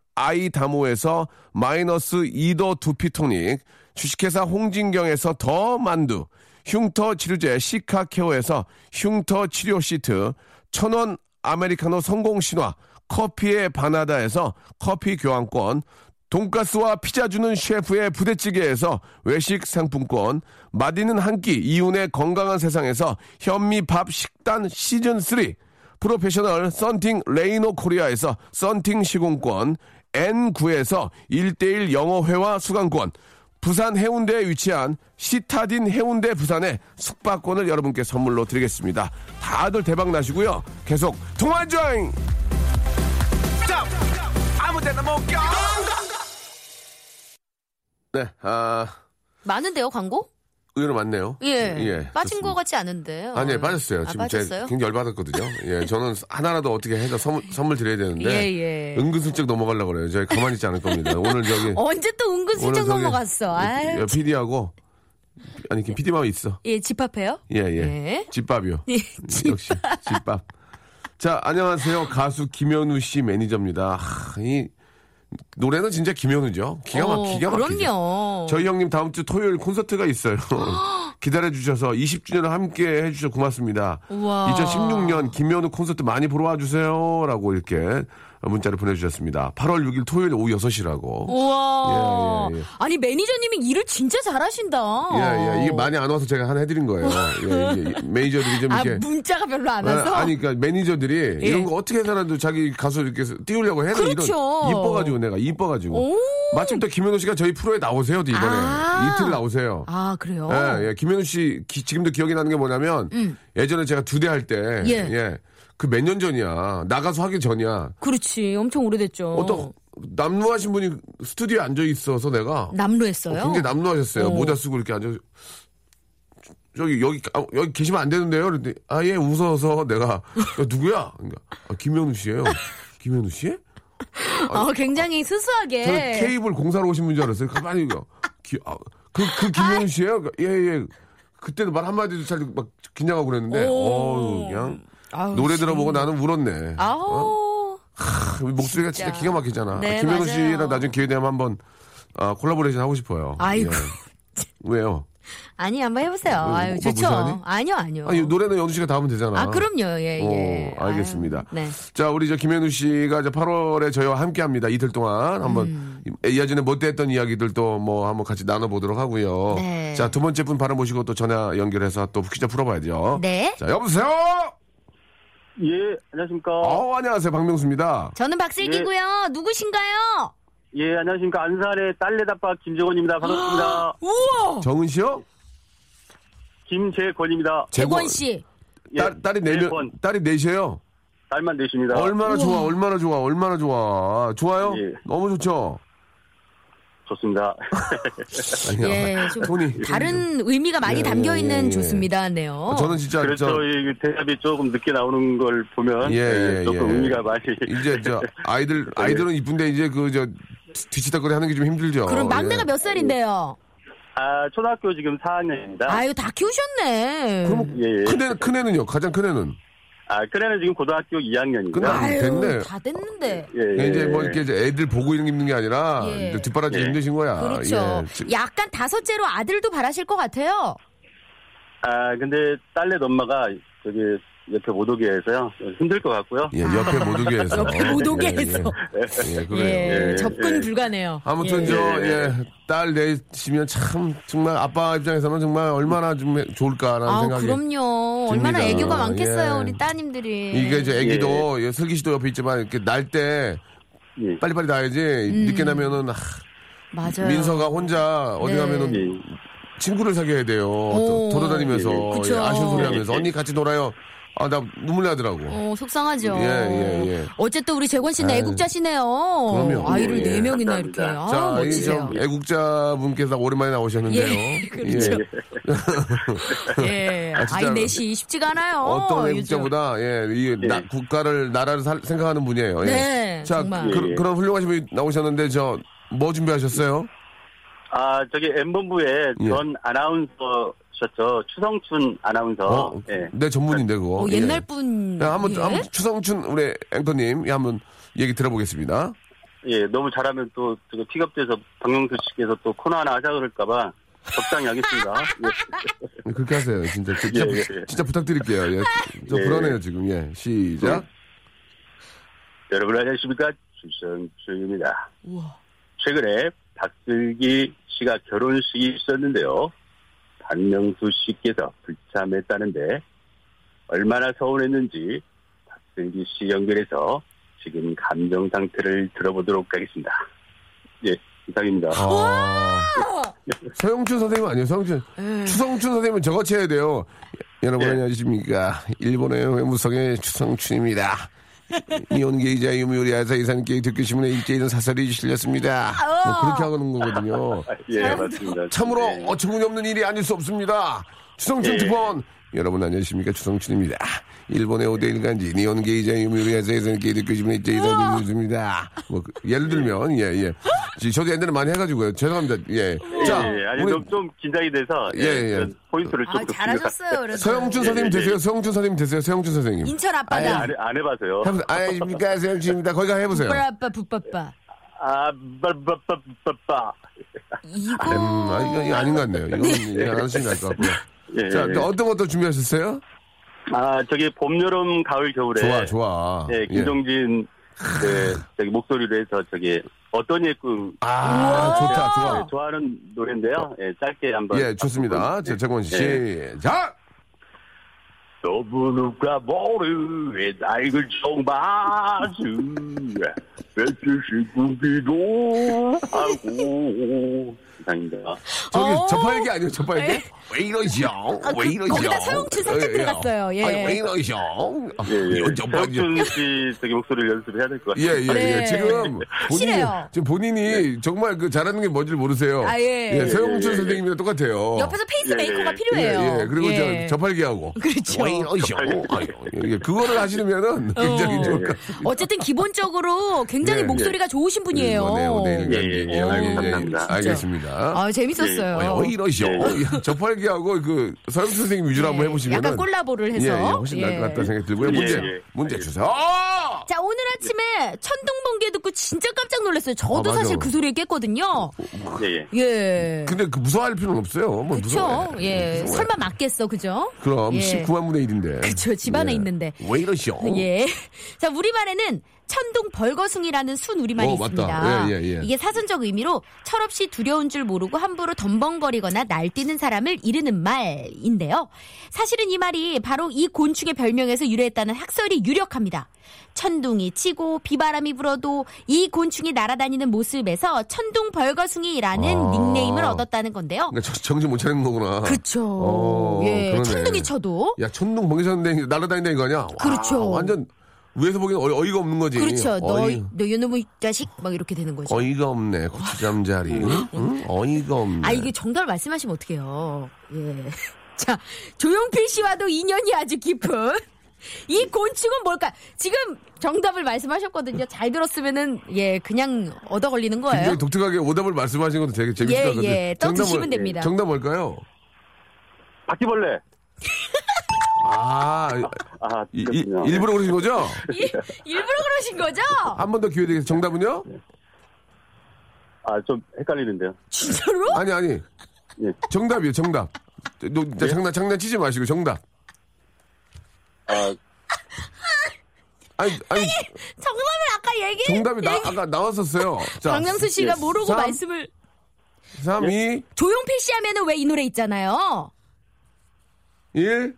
[SPEAKER 1] 아이다모에서 마이너스 2도 두피토닉, 주식회사 홍진경에서 더 만두, 흉터 치료제 시카케어에서 흉터 치료 시트, 천원 아메리카노 성공 신화, 커피의 바나다에서 커피 교환권, 돈가스와 피자 주는 셰프의 부대찌개에서 외식 상품권, 맛있는 한 끼 이윤의 건강한 세상에서 현미밥 식단 시즌 3, 프로페셔널 썬팅 레이노 코리아에서 썬팅 시공권, N9에서 1대1 영어회화 수강권, 부산 해운대에 위치한 시타딘 해운대 부산의 숙박권을 여러분께 선물로 드리겠습니다. 다들 대박 나시고요. 계속 통화 조잉! 네, 아,
[SPEAKER 5] 많은데요, 광고?
[SPEAKER 1] 의외로 많네요.
[SPEAKER 5] 예. 빠진
[SPEAKER 1] 좋습니다.
[SPEAKER 5] 거 같지 않은데요.
[SPEAKER 1] 아니요 예, 네, 빠졌어요. 지금
[SPEAKER 5] 아,
[SPEAKER 1] 제가
[SPEAKER 5] 빠졌어요?
[SPEAKER 1] 굉장히 열받았거든요. 예, 저는 하나라도 어떻게 해서 선물, 선물 드려야 되는데
[SPEAKER 5] 예, 예.
[SPEAKER 1] 은근슬쩍 넘어가려고 그래요. 저희 가만히 있지 않을 겁니다. 오늘 저기
[SPEAKER 5] 언제 또
[SPEAKER 1] 오늘
[SPEAKER 5] 어, 은근슬쩍
[SPEAKER 1] 저기
[SPEAKER 5] 넘어갔어. 아유,
[SPEAKER 1] 예, PD하고 아니 그 PD만 있어.
[SPEAKER 5] 예, 집합해요?
[SPEAKER 1] 예, 예.
[SPEAKER 5] 예.
[SPEAKER 1] 집밥이요.
[SPEAKER 5] 예,
[SPEAKER 1] <laughs> 역시 집밥. 자, 안녕하세요. 가수 김현우 씨 매니저입니다. 하, 이 노래는 진짜 김현우죠. 기가 막
[SPEAKER 5] 어,
[SPEAKER 1] 기가 막히죠.
[SPEAKER 5] 그럼요.
[SPEAKER 1] 저희 형님 다음 주 토요일 콘서트가
[SPEAKER 5] <gasps>
[SPEAKER 1] 있어요. 기다려 주셔서 20주년을 함께 해주셔 서 고맙습니다.
[SPEAKER 5] 우와.
[SPEAKER 1] 2016년 김현우 콘서트 많이 보러 와주세요라고 이렇게 문자를 보내주셨습니다. 8월 6일 토요일 오후 6시라고.
[SPEAKER 5] 우와.
[SPEAKER 1] 예, 예, 예.
[SPEAKER 5] 아니, 매니저님이 일을 진짜 잘하신다.
[SPEAKER 1] 예, 예. 이게 많이 안 와서 제가 하나 해드린 거예요. 예, 이게 매니저들이 좀
[SPEAKER 5] 아,
[SPEAKER 1] 이렇게.
[SPEAKER 5] 문자가 별로 안
[SPEAKER 1] 아,
[SPEAKER 5] 와서?
[SPEAKER 1] 아니, 그러니까 매니저들이
[SPEAKER 5] 예.
[SPEAKER 1] 이런 거 어떻게 해서라도 자기 가수 이렇게 띄우려고 해도 이런
[SPEAKER 5] 그렇죠.
[SPEAKER 1] 이뻐가지고 내가 이뻐가지고
[SPEAKER 5] 오.
[SPEAKER 1] 마침 또 김현우 씨가 저희 프로에 나오세요, 또 이번에
[SPEAKER 5] 아.
[SPEAKER 1] 이틀 나오세요.
[SPEAKER 5] 아, 그래요?
[SPEAKER 1] 예, 예. 김현우 씨 기- 지금도 기억이 나는 게 뭐냐면 예전에 제가 두 대 할 때
[SPEAKER 5] 음. 예.
[SPEAKER 1] 그 몇 년 전이야 나가서 하기 전이야
[SPEAKER 5] 어. 그렇지. 엄청 오래됐죠.
[SPEAKER 1] 어떤 남루하신 분이 스튜디오에 앉아 있어서 내가
[SPEAKER 5] 남루했어요?
[SPEAKER 1] 굉장히 남루하셨어요.
[SPEAKER 5] 어.
[SPEAKER 1] 모자 쓰고 이렇게 앉아. 저기 여기 아, 여기 계시면 안 되는데요. 그런데 아예 웃어서 내가 야, 누구야? 그러니까, 아, 김현우
[SPEAKER 5] <laughs>
[SPEAKER 1] 씨예요. 김현우 씨?
[SPEAKER 5] <laughs> 어, 굉장히 수수하게.
[SPEAKER 1] 저는 그 케이블 공사로 오신 분 줄 알았어요. 가만히 이거 기- 아, 그, 그 김현우 씨예요? 그러니까, 예 예. 그때는 말 한마디도 잘 막 긴장하고 그랬는데
[SPEAKER 5] 오.
[SPEAKER 1] 어우 그냥
[SPEAKER 5] 아우,
[SPEAKER 1] 노래
[SPEAKER 5] 진짜.
[SPEAKER 1] 들어보고 나는 울었네.
[SPEAKER 5] 아우.
[SPEAKER 1] 어? 크, 목소리가 진짜,
[SPEAKER 5] 진짜.
[SPEAKER 1] 기가 막히잖아.
[SPEAKER 5] 네,
[SPEAKER 1] 김현우
[SPEAKER 5] 맞아요.
[SPEAKER 1] 씨랑 나중에 기회 되면 한번 아, 콜라보레이션 하고 싶어요. 예.
[SPEAKER 5] 아이고.
[SPEAKER 1] 왜요?
[SPEAKER 5] 아니, 한번 해보세요.
[SPEAKER 1] 왜,
[SPEAKER 5] 아유,
[SPEAKER 1] 오빠
[SPEAKER 5] 좋죠.
[SPEAKER 1] 뭐, 무시하니?
[SPEAKER 5] 아니요, 아니요.
[SPEAKER 1] 아니, 노래는 연우 씨가 다 하면 되잖아.
[SPEAKER 5] 아, 그럼요. 예, 예.
[SPEAKER 1] 오, 알겠습니다.
[SPEAKER 5] 아유, 네.
[SPEAKER 1] 자, 우리 저 김현우 씨가 이제 8월에 저희와 함께 합니다. 이틀 동안 한번
[SPEAKER 5] 음.
[SPEAKER 1] 예전에 못했던 이야기들 또뭐 한번 같이 나눠보도록 하고요.
[SPEAKER 5] 네.
[SPEAKER 1] 자, 두 번째 분 바로 모시고 또 전화 연결해서 또 퀴즈 풀어봐야죠.
[SPEAKER 5] 네.
[SPEAKER 1] 자, 여보세요?
[SPEAKER 7] 예, 안녕하십니까.
[SPEAKER 1] 어, 안녕하세요. 박명수입니다.
[SPEAKER 5] 저는 박슬기고요. 누구신가요?
[SPEAKER 7] 예, 안녕하십니까. 안산의 딸내다빠 김재권입니다.
[SPEAKER 1] 아.
[SPEAKER 7] 반갑습니다.
[SPEAKER 5] 어. 우와!
[SPEAKER 1] 정은 씨요?
[SPEAKER 7] 김재권입니다.
[SPEAKER 5] 재권 씨.
[SPEAKER 1] 딸, 딸이 네 명,
[SPEAKER 7] 예, 1번.
[SPEAKER 1] 딸이 넷이에요.
[SPEAKER 7] 딸만 되십니다.
[SPEAKER 1] 얼마나 좋아, 얼마나 좋아, 얼마나 좋아. 좋아요?
[SPEAKER 7] 예.
[SPEAKER 1] 너무 좋죠?
[SPEAKER 7] 좋습니다.
[SPEAKER 1] 아니요.
[SPEAKER 5] 예,
[SPEAKER 1] <laughs>
[SPEAKER 5] 좀
[SPEAKER 1] 톤이.
[SPEAKER 5] 다른 의미가 많이
[SPEAKER 1] 예,
[SPEAKER 5] 담겨 있는
[SPEAKER 1] 예, 예.
[SPEAKER 5] 좋습니다네요.
[SPEAKER 1] 저는 진짜
[SPEAKER 7] 그래서
[SPEAKER 1] 아, 저-
[SPEAKER 7] 이 대답이 조금 늦게 나오는 걸 보면
[SPEAKER 1] 예, 예,
[SPEAKER 7] 예,
[SPEAKER 1] 예.
[SPEAKER 7] 조금 의미가 많이
[SPEAKER 1] 이제 저
[SPEAKER 7] <laughs>
[SPEAKER 1] 아이들
[SPEAKER 7] 네.
[SPEAKER 1] 아이들은 이쁜데 이제 그 저 뒤치다거리 하는 게 좀 힘들죠.
[SPEAKER 5] 그럼 막내가
[SPEAKER 1] 예.
[SPEAKER 5] 몇 살인데요?
[SPEAKER 7] 아 초등학교 지금 4학년입니다.
[SPEAKER 5] 아유 다 키우셨네.
[SPEAKER 1] 그럼
[SPEAKER 7] 예, 예.
[SPEAKER 1] 큰애 큰애는요. 가장 큰애는.
[SPEAKER 7] 아 큰애는 지금 고등학교 2학년입니다.
[SPEAKER 1] 끝나-
[SPEAKER 5] 아유
[SPEAKER 1] 됐네.
[SPEAKER 5] 다 됐는데.
[SPEAKER 7] 예, 예.
[SPEAKER 1] 이제 뭐 이렇게 이제 애들 보고 이런 게 힘든 게 아니라
[SPEAKER 5] 예.
[SPEAKER 1] 이제 뒷바라지
[SPEAKER 7] 예.
[SPEAKER 1] 힘드신 거야.
[SPEAKER 5] 그렇죠.
[SPEAKER 1] 예. 지-
[SPEAKER 5] 약간 다섯째로 아들도 바라실 것 같아요.
[SPEAKER 7] 아 근데 딸넷 엄마가 저기 옆에 못 오게 해서요 힘들 것 같고요.
[SPEAKER 1] 예, 옆에 못 오게 해서.
[SPEAKER 5] 옆에 못 오게
[SPEAKER 1] 예, 예.
[SPEAKER 5] 해서.
[SPEAKER 1] 예, 그래요.
[SPEAKER 5] 어, 그 예,
[SPEAKER 7] 예,
[SPEAKER 5] 접근
[SPEAKER 7] 예.
[SPEAKER 5] 불가네요.
[SPEAKER 1] 아무튼
[SPEAKER 5] 예.
[SPEAKER 1] 저 예 딸 내시면 참 정말 아빠 입장에서는 정말 얼마나 좀 좋을까라는
[SPEAKER 5] 아
[SPEAKER 1] 생각이
[SPEAKER 5] 그럼요. 얼마나
[SPEAKER 1] 듭니다.
[SPEAKER 5] 애교가 많겠어요
[SPEAKER 1] 예.
[SPEAKER 5] 우리 따님들이.
[SPEAKER 1] 이게 이제 애기도 예, 슬기 씨도 옆에 있지만 이렇게 날 때
[SPEAKER 7] 예.
[SPEAKER 1] 빨리빨리 나야지
[SPEAKER 5] 음.
[SPEAKER 1] 늦게 나면은 아,
[SPEAKER 5] 맞아요.
[SPEAKER 1] 민서가 혼자 어디
[SPEAKER 5] 네.
[SPEAKER 1] 가면은
[SPEAKER 7] 예.
[SPEAKER 1] 친구를 사귀어야 돼요. 도- 돌아다니면서
[SPEAKER 5] 그쵸. 네.
[SPEAKER 1] 예, 아쉬운 소리 하면서 언니 같이 놀아요. 아 나 눈물 나더라고.
[SPEAKER 5] 어, 속상하죠.
[SPEAKER 1] 예, 예, 예.
[SPEAKER 5] 어쨌든 우리 재권 씨는
[SPEAKER 1] 아유,
[SPEAKER 5] 애국자시네요.
[SPEAKER 1] 그럼요.
[SPEAKER 5] 아이를
[SPEAKER 1] 예,
[SPEAKER 5] 네
[SPEAKER 1] 예.
[SPEAKER 5] 명이나 이렇게.
[SPEAKER 7] 감사합니다.
[SPEAKER 5] 아,
[SPEAKER 1] 자, 이
[SPEAKER 5] 멋지세요.
[SPEAKER 1] 좀 애국자 분께서 오랜만에 나오셨는데요.
[SPEAKER 5] 예, <laughs> 그렇죠. 예.
[SPEAKER 1] <laughs> 아, 진짜.
[SPEAKER 5] 아이 넷이 쉽지가 않아요.
[SPEAKER 1] 어떤
[SPEAKER 5] 요즘.
[SPEAKER 1] 애국자보다 예, 이
[SPEAKER 7] 예.
[SPEAKER 1] 나- 국가를 나라를 살- 생각하는 분이에요. 예.
[SPEAKER 5] 네,
[SPEAKER 1] 자,
[SPEAKER 5] 정말.
[SPEAKER 1] 그,
[SPEAKER 7] 예.
[SPEAKER 1] 그런 훌륭하신 분이 나오셨는데 저 뭐 준비하셨어요?
[SPEAKER 7] 아 저기 M 본부의
[SPEAKER 1] 예.
[SPEAKER 7] 전 아나운서셨죠 추성춘 아나운서.
[SPEAKER 1] 어,
[SPEAKER 7] 예.
[SPEAKER 1] 내 전문인데 그거.
[SPEAKER 5] 어,
[SPEAKER 1] 예.
[SPEAKER 5] 옛날 분.
[SPEAKER 1] 야, 한번,
[SPEAKER 5] 예?
[SPEAKER 1] 한번 추성춘 우리 앵커님 예, 한번 얘기 들어보겠습니다.
[SPEAKER 7] 예, 너무 잘하면 또 저거 픽업돼서 박명수 씨께서 또 코너 하나 하자 그럴까봐 적당히
[SPEAKER 1] <laughs>
[SPEAKER 7] 하겠습니다. 예.
[SPEAKER 1] 그렇게 하세요. 진짜 진짜,
[SPEAKER 7] 예, 예, 예.
[SPEAKER 1] 진짜 부탁드릴게요. 예. 저
[SPEAKER 7] 예.
[SPEAKER 1] 불안해요 지금. 예. 시작.
[SPEAKER 7] 여러분 안녕하십니까? 주성주입니다. 최근에 박슬기 씨가 결혼식이 있었는데요. 박명수 씨께서 불참했다는데 얼마나 서운했는지 박슬기 씨 연결해서 지금 감정 상태를 들어보도록 하겠습니다. 예, 이상입니다.
[SPEAKER 1] 아. 서영춘 선생님 아니에요. 서영춘. 추성춘 선생님은 저같이 해야 돼요. 여러분
[SPEAKER 7] 예.
[SPEAKER 1] 안녕하십니까. 일본의 외무성의 추성춘입니다. 이혼 게이자 유미우리아사 이산 게이 듣기신문에 일제이던 사설이 실렸습니다. 뭐 그렇게 하는 거거든요.
[SPEAKER 7] 예, 맞습니다.
[SPEAKER 1] 참으로
[SPEAKER 7] 네.
[SPEAKER 1] 어처구니 없는 일이 아닐 수 없습니다. 추성춘
[SPEAKER 7] 예.
[SPEAKER 1] 특본 여러분 안녕하십니까 추성춘입니다. 일본의 오대 일간지 니온게이자 유미우리에서에서는 게이드교집에 이제 이사입니다. 뭐 그- 예를 들면 예예. 저도 옛날에 많이 해가지고요. 죄송합니다. 예. 자
[SPEAKER 7] 예, 예, 아니
[SPEAKER 1] 우리
[SPEAKER 7] 좀, 좀 긴장이 돼서
[SPEAKER 1] 예, 예.
[SPEAKER 7] 그런 포인트를 좀
[SPEAKER 5] 아, 잘하셨어요. 그래도.
[SPEAKER 1] 서영춘
[SPEAKER 7] 예,
[SPEAKER 1] 선생님
[SPEAKER 7] 예, 예.
[SPEAKER 1] 되세요. 서영춘 선생님 되세요. 서영춘 선생님.
[SPEAKER 5] 인천
[SPEAKER 7] 예,
[SPEAKER 5] 아빠다.
[SPEAKER 7] 안, 해- 안 해봐서요.
[SPEAKER 1] 해보세요. 안녕하십니까 서영춘입니다. 거기가 해보세요.
[SPEAKER 5] 아빠 아빠 붓빠빠.
[SPEAKER 7] 아, 빠빠빠빠.
[SPEAKER 1] 음,
[SPEAKER 5] 이거
[SPEAKER 1] 아, 이거, 이거 아닌 것 같네요. 이건 그냥 안 하시는 게알것 같고요.
[SPEAKER 7] 예,
[SPEAKER 1] 자
[SPEAKER 7] 예.
[SPEAKER 1] 어떤 것도 준비하셨어요?
[SPEAKER 7] 아, 저기 봄, 여름, 가을, 겨울에.
[SPEAKER 1] 좋아 좋아.
[SPEAKER 7] 예, 김종진, 네, 저기 목소리로 해서 저기 어떤 예꿈 그,
[SPEAKER 1] 아 좋다
[SPEAKER 5] 어.
[SPEAKER 1] 좋아.
[SPEAKER 7] 좋아하는 노래인데요. 예, 짧게 한번.
[SPEAKER 1] 예,
[SPEAKER 7] 아,
[SPEAKER 1] 좋습니다.
[SPEAKER 7] 네.
[SPEAKER 1] 자, 재권 씨. 시작!
[SPEAKER 7] 너무누가 모르에 나이를 정마주 배추시 구비도 하고 이상입니다.
[SPEAKER 1] 저기,
[SPEAKER 5] 어. 네. 아, 그
[SPEAKER 1] 저팔계 아니에요, 저팔계? 왜 이러시오? 왜 이러시오?
[SPEAKER 5] 거기다 서영춘 살짝 들어갔어요. 예.
[SPEAKER 1] 아니, 왜 이러시오?
[SPEAKER 7] 예, 예.
[SPEAKER 1] 이거 좀 뭐죠?
[SPEAKER 7] 서준 씨 저기 목소리를 연습해야 될 것
[SPEAKER 1] 예,
[SPEAKER 7] 같아요.
[SPEAKER 1] 예,
[SPEAKER 5] 네.
[SPEAKER 1] 예. 지금 본인이,
[SPEAKER 5] 확실해요.
[SPEAKER 1] 지금 본인이 정말 그 잘하는 게 뭔지 모르세요.
[SPEAKER 5] 아, 예.
[SPEAKER 1] 서영춘
[SPEAKER 7] 네. 예, 예.
[SPEAKER 1] 선생님이랑 똑같아요.
[SPEAKER 5] 옆에서 페이스 메이커가
[SPEAKER 7] 예,
[SPEAKER 5] 필요해요.
[SPEAKER 1] 예, 예. 그리고
[SPEAKER 5] 예.
[SPEAKER 1] 저, 저팔계하고.
[SPEAKER 5] 그렇죠.
[SPEAKER 1] 왜 이러시오? 아유, 예, 그거를 하시면은 굉장히
[SPEAKER 5] 어.
[SPEAKER 1] 좋을 것 같아요.
[SPEAKER 5] 어쨌든 기본적으로 굉장히
[SPEAKER 1] 예.
[SPEAKER 5] 목소리가 좋으신 분이에요.
[SPEAKER 1] 네, 오늘
[SPEAKER 7] 예, 예, 예. 감사합니다. 진짜.
[SPEAKER 1] 알겠습니다.
[SPEAKER 5] 아, 재밌었어요.
[SPEAKER 1] 어, 어, 이러시오.
[SPEAKER 7] 예.
[SPEAKER 1] 어, 저팔기하고 그 서영 선생님 위주로 한번 해보시면
[SPEAKER 5] 예. 약간 콜라보를 해서.
[SPEAKER 1] 예, 예, 훨씬 나을 것 같다는 생각이 들고요. 문제
[SPEAKER 7] 예, 예.
[SPEAKER 1] 문제 주세요. 아!
[SPEAKER 5] 자, 오늘 아침에 천둥 번개 듣고 진짜 깜짝 놀랐어요. 저도
[SPEAKER 1] 아, 맞아.
[SPEAKER 5] 사실 그 소리에 깼거든요.
[SPEAKER 7] 예, 예.
[SPEAKER 5] 예.
[SPEAKER 1] 근데 그 무서워할 필요는 없어요. 뭐 무서워.
[SPEAKER 5] 그쵸? 예. 설마 맞겠어, 그죠?
[SPEAKER 1] 그럼
[SPEAKER 5] 예.
[SPEAKER 1] 19만 분의 1인데. 예.
[SPEAKER 5] 그쵸, 집안에 있는데.
[SPEAKER 1] 어?
[SPEAKER 5] <laughs>
[SPEAKER 1] 왜 이러시오?
[SPEAKER 5] 예. 자, 우리 말에는 천둥 벌거숭이라는 순우리말이
[SPEAKER 1] 어, 맞다.
[SPEAKER 5] 있습니다.
[SPEAKER 1] 예, 예, 예.
[SPEAKER 5] 이게 사전적 의미로 철없이 두려운 줄 모르고 함부로 덤벙거리거나 날뛰는 사람을 이르는 말인데요. 사실은 이 말이 바로 이 곤충의 별명에서 유래했다는 학설이 유력합니다. 천둥이 치고 비바람이 불어도 이 곤충이 날아다니는 모습에서 천둥 벌거숭이라는
[SPEAKER 1] 아.
[SPEAKER 5] 닉네임을 얻었다는 건데요.
[SPEAKER 1] 그러니까 정- 정신 못 차리는 거구나.
[SPEAKER 5] 그쵸.
[SPEAKER 1] 어,
[SPEAKER 5] 예,
[SPEAKER 1] 그러네.
[SPEAKER 5] 천둥이 쳐도.
[SPEAKER 1] 야, 천둥 번개 쳤는데 날아다닌다 이거 아니야?
[SPEAKER 5] 그렇죠.
[SPEAKER 1] 와, 완전 위에서 보기엔 어이, 어이가 없는 거지.
[SPEAKER 5] 그렇죠. 너,
[SPEAKER 1] 네, 어이,
[SPEAKER 5] 너 요놈의 자식? 막 이렇게 되는 거죠.
[SPEAKER 1] 어이가 없네. 고추잠자리. 응? 어이가 없네.
[SPEAKER 5] 음. 아, 이게 정답을 말씀하시면 어떡해요. 예. <laughs> 자, 조용필 씨와도 인연이 아주 깊은. <laughs> 이 곤충은 뭘까? 지금 정답을 말씀하셨거든요. 잘 들었으면은, 예, 그냥 얻어 걸리는 거예요.
[SPEAKER 1] 굉장히 독특하게 오답을 말씀하신 것도 되게 재밌을
[SPEAKER 5] 예,
[SPEAKER 1] 것 같은데.
[SPEAKER 5] 예. 또 드시면 됩니다.
[SPEAKER 1] 정답 뭘까요?
[SPEAKER 7] 바퀴벌레.
[SPEAKER 1] 아,
[SPEAKER 7] 아,
[SPEAKER 1] 이, 이-
[SPEAKER 7] 그렇군요.
[SPEAKER 1] 일부러 그러신 아, 거죠?
[SPEAKER 5] 일부러 그러신 거죠?
[SPEAKER 1] 한 번 더 기회 드리겠습니다. 정답은요?
[SPEAKER 7] 아, 좀 헷갈리는데요.
[SPEAKER 5] 진짜로?
[SPEAKER 1] 아니, 아니.
[SPEAKER 7] 예.
[SPEAKER 1] 정답이에요, 정답. 너, 진짜 장난, 장난치지 마시고, 정답.
[SPEAKER 7] 아,
[SPEAKER 1] 아니, 아니,
[SPEAKER 5] 정답을 아까 얘기
[SPEAKER 1] 정답이 나, 아까 나왔었어요. 자,
[SPEAKER 5] 박명수 씨가 모르고
[SPEAKER 1] 예, 삼,
[SPEAKER 5] 말씀을.
[SPEAKER 1] 3, 2,
[SPEAKER 5] 조용필 씨 하면은 왜 이 노래 있잖아요.
[SPEAKER 1] 1.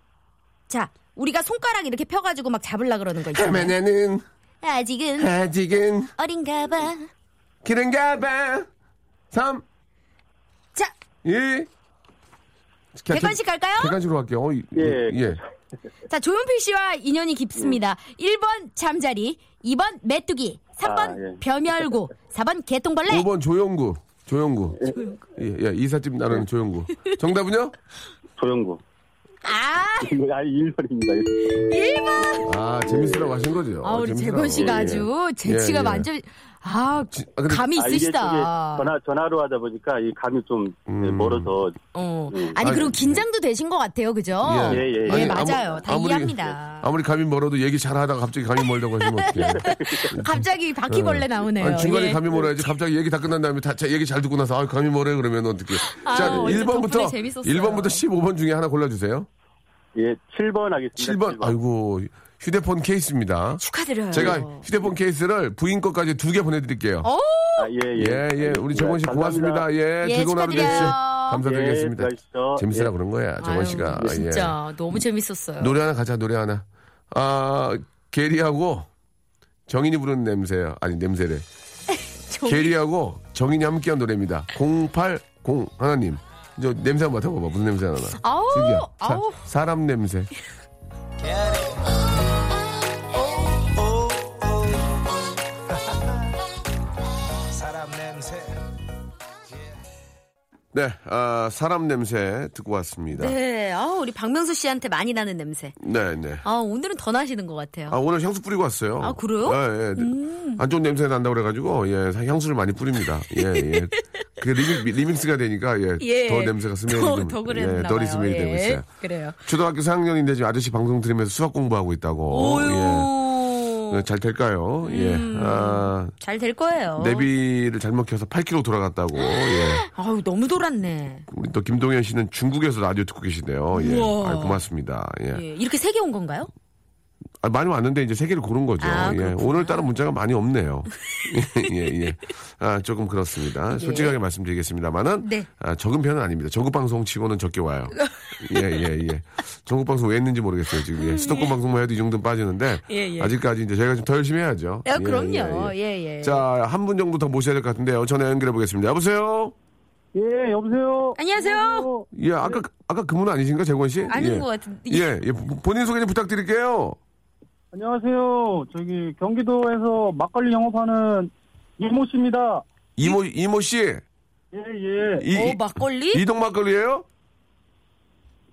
[SPEAKER 5] 자, 우리가 손가락 이렇게 펴가지고 막 잡으려 그러는 거 있잖아요.
[SPEAKER 1] 헤매는
[SPEAKER 5] 아직은
[SPEAKER 1] 아직은
[SPEAKER 5] 어린가 봐.
[SPEAKER 1] 길은가 봐. 3,
[SPEAKER 5] 자,
[SPEAKER 1] 1. 그러니까
[SPEAKER 5] 객관식 갈까요?
[SPEAKER 1] 객관식으로 할게요. 어, 이-
[SPEAKER 7] 예.
[SPEAKER 1] 예.
[SPEAKER 5] 자, 조용필 씨와 인연이 깊습니다. 1번 잠자리, 2번 메뚜기, 3번
[SPEAKER 7] 예.
[SPEAKER 5] 벼멸고, <laughs> 4번 개똥벌레.
[SPEAKER 1] 5번 조영구. 조영구.
[SPEAKER 5] 네.
[SPEAKER 1] 예, 예, 이삿짐 나르는 조영구. 정답은요?
[SPEAKER 7] 조영구. <laughs>
[SPEAKER 5] 아,
[SPEAKER 7] 이거 아니, 1번입니다.
[SPEAKER 1] 아, 재밌으라고 하신 거죠.
[SPEAKER 5] 아, 우리
[SPEAKER 1] 재밌으라고.
[SPEAKER 5] 재건 씨가
[SPEAKER 1] 예, 예.
[SPEAKER 5] 아주 재치가
[SPEAKER 1] 예, 예.
[SPEAKER 5] 완전 아,
[SPEAKER 1] 지- 아, 근데-
[SPEAKER 5] 감이
[SPEAKER 7] 아, 이게 저기
[SPEAKER 5] 있으시다.
[SPEAKER 7] 전화, 전화로 하다 보니까 이 감이 좀 네,
[SPEAKER 1] 음.
[SPEAKER 7] 멀어서.
[SPEAKER 5] 어. 아니
[SPEAKER 1] 예.
[SPEAKER 5] 그리고 긴장도 되신 것 같아요, 그죠?
[SPEAKER 7] 음. 예, 예, 예.
[SPEAKER 1] 아니,
[SPEAKER 5] 네, 맞아요.
[SPEAKER 1] 아무-
[SPEAKER 5] 다
[SPEAKER 1] 아무리-
[SPEAKER 5] 이해합니다.
[SPEAKER 1] 아무리 감이 멀어도 얘기 잘 하다가 갑자기 감이 멀다고 하시면 어떡해.
[SPEAKER 5] 갑자기 바퀴벌레 <laughs> 나오네요.
[SPEAKER 1] 아니, 중간에
[SPEAKER 5] 예.
[SPEAKER 1] 감이 멀어야지 갑자기 얘기 다 끝난 다음에 다, 자, 얘기 잘 듣고 나서 아, 감이 멀어요 그러면 어떡해.
[SPEAKER 5] 아,
[SPEAKER 1] 자,
[SPEAKER 5] 어제
[SPEAKER 1] 1번부터
[SPEAKER 5] 덕분에 재밌었어요.
[SPEAKER 1] 1번부터 15번 중에 하나 골라 주세요.
[SPEAKER 7] 예, 7번 하겠습니다.
[SPEAKER 1] 7번. 아이고. 휴대폰 케이스입니다.
[SPEAKER 5] 축하드려요.
[SPEAKER 1] 제가 휴대폰 케이스를 부인 것까지 두 개 보내 드릴게요.
[SPEAKER 5] 오,
[SPEAKER 7] 아, 예, 예.
[SPEAKER 1] 예, 예. 우리 정원 씨
[SPEAKER 7] 예,
[SPEAKER 1] 고맙습니다. 예,
[SPEAKER 5] 예,
[SPEAKER 1] 즐거운 하루
[SPEAKER 5] 축하드려요.
[SPEAKER 1] 되십시오.
[SPEAKER 7] 예,
[SPEAKER 1] 감사드리겠습니다.
[SPEAKER 7] 수고하십시오.
[SPEAKER 1] 재밌으라 그런 거야, 정원
[SPEAKER 5] 아유,
[SPEAKER 1] 씨가. 예.
[SPEAKER 5] 진짜 너무 재밌었어요.
[SPEAKER 1] 노래 하나 가자, 노래 하나. 아, 게리하고 정인이 부르는 냄새요. 아니,
[SPEAKER 5] <laughs>
[SPEAKER 1] 냄새래. 게리하고 정인이 함께한 노래입니다. 080 하나님. 저 냄새 한번 맡아봐봐. 무슨 냄새 하나.
[SPEAKER 5] 아우,
[SPEAKER 1] 특이야. 사,
[SPEAKER 5] 어, 아우.
[SPEAKER 1] 사람 냄새. 네, 아, 사람 냄새 듣고 왔습니다. 네,
[SPEAKER 5] 네, 아 우리 박명수 씨한테 많이 나는 냄새.
[SPEAKER 1] 네.
[SPEAKER 5] 아 오늘은 더 나시는 것 같아요.
[SPEAKER 1] 아, 오늘 향수 뿌리고 왔어요.
[SPEAKER 5] 아, 그래요? 음.
[SPEAKER 1] 예, 예. 안 좋은 냄새 난다고 그래가지고, 예, 향수를 많이 뿌립니다. 예,
[SPEAKER 5] <laughs>
[SPEAKER 1] 예. 그게 리믹, 스가 되니까, 예,
[SPEAKER 5] 예.
[SPEAKER 1] 더 냄새가 스멜이
[SPEAKER 5] 더-
[SPEAKER 1] 좀,
[SPEAKER 5] 더
[SPEAKER 1] 예,
[SPEAKER 5] 그랬나
[SPEAKER 1] 덜이
[SPEAKER 5] 봐요.
[SPEAKER 1] 스멜이
[SPEAKER 5] 예.
[SPEAKER 1] 되고 있어요.
[SPEAKER 5] 그래요.
[SPEAKER 1] 초등학교 4학년인데 지금 아저씨 방송 들으면서 수학 공부하고 있다고. 예.
[SPEAKER 5] 오유.
[SPEAKER 1] 네, 잘 될까요?
[SPEAKER 5] 음.
[SPEAKER 1] 예. 아,
[SPEAKER 5] 잘 될 거예요.
[SPEAKER 1] 내비를 잘못 켜서 8km 돌아갔다고. 예.
[SPEAKER 5] 아우 너무 돌았네.
[SPEAKER 1] 우리 또 김동현 씨는 중국에서 라디오 듣고 계시네요. 예.
[SPEAKER 5] 우와.
[SPEAKER 1] 아, 고맙습니다. 예.
[SPEAKER 5] 예, 이렇게 세 개 온 건가요?
[SPEAKER 1] 아, 많이 왔는데 이제 세 개를 고른 거죠.
[SPEAKER 5] 아,
[SPEAKER 1] 예.
[SPEAKER 5] 그렇구나.
[SPEAKER 1] 오늘 따라 문자가 많이 없네요.
[SPEAKER 5] <laughs>
[SPEAKER 1] <laughs> 예, 예. 아, 조금 그렇습니다. 솔직하게 말씀드리겠습니다만은
[SPEAKER 5] 네.
[SPEAKER 1] 아, 적은 편은 아닙니다. 전국 방송 치고는 적게
[SPEAKER 5] <laughs>
[SPEAKER 1] 와요. 예, 예, 예. 전국 방송 왜 했는지 모르겠어요. 지금 예. 수도권 방송만 해도 이 정도는 빠지는데
[SPEAKER 5] 예, 예.
[SPEAKER 1] 아직까지 이제 저희가 좀 더 열심히 해야죠.
[SPEAKER 5] 아, 그럼요. 예, 예.
[SPEAKER 1] 자, 한 분 정도 더 모셔야 될 것 같은데요. 전화 연결해 보겠습니다. 여보세요.
[SPEAKER 7] 예, 여보세요?
[SPEAKER 5] 안녕하세요.
[SPEAKER 1] 예, 아까 아까 그분 아니신가 재권 씨?
[SPEAKER 5] 아닌
[SPEAKER 1] 예.
[SPEAKER 5] 것 같은데.
[SPEAKER 1] 예, 예, 본인 소개 좀 부탁드릴게요.
[SPEAKER 7] 안녕하세요. 저기 경기도에서 막걸리 영업하는 이모 씨입니다.
[SPEAKER 1] 이모 이모 씨,
[SPEAKER 7] 예, 예.
[SPEAKER 1] 이,
[SPEAKER 5] 어 막걸리?
[SPEAKER 1] 이- 이동 막걸리예요?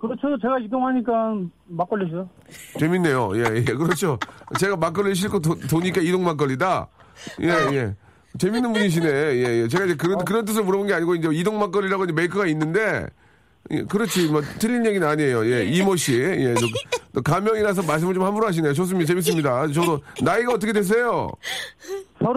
[SPEAKER 7] 그렇죠. 제가 이동하니까 막걸리죠.
[SPEAKER 1] 재밌네요. 예, 예, 그렇죠. 제가 막걸리 싣고 도, 도니까 이동 막걸리다. 예, 예. 재밌는 분이시네. 예, 예. 제가 이제 그런 그런 뜻을 물어본 게 아니고 이제 이동 막걸리라고 이제 메이커가 있는데. 예, 그렇지. 뭐 틀린 얘기는 아니에요. 예, 이모 씨. 예, 저, 또 가명이라서 말씀을 좀 함부로 하시네요. 좋습니다. 재밌습니다. 저도 나이가 어떻게 되세요?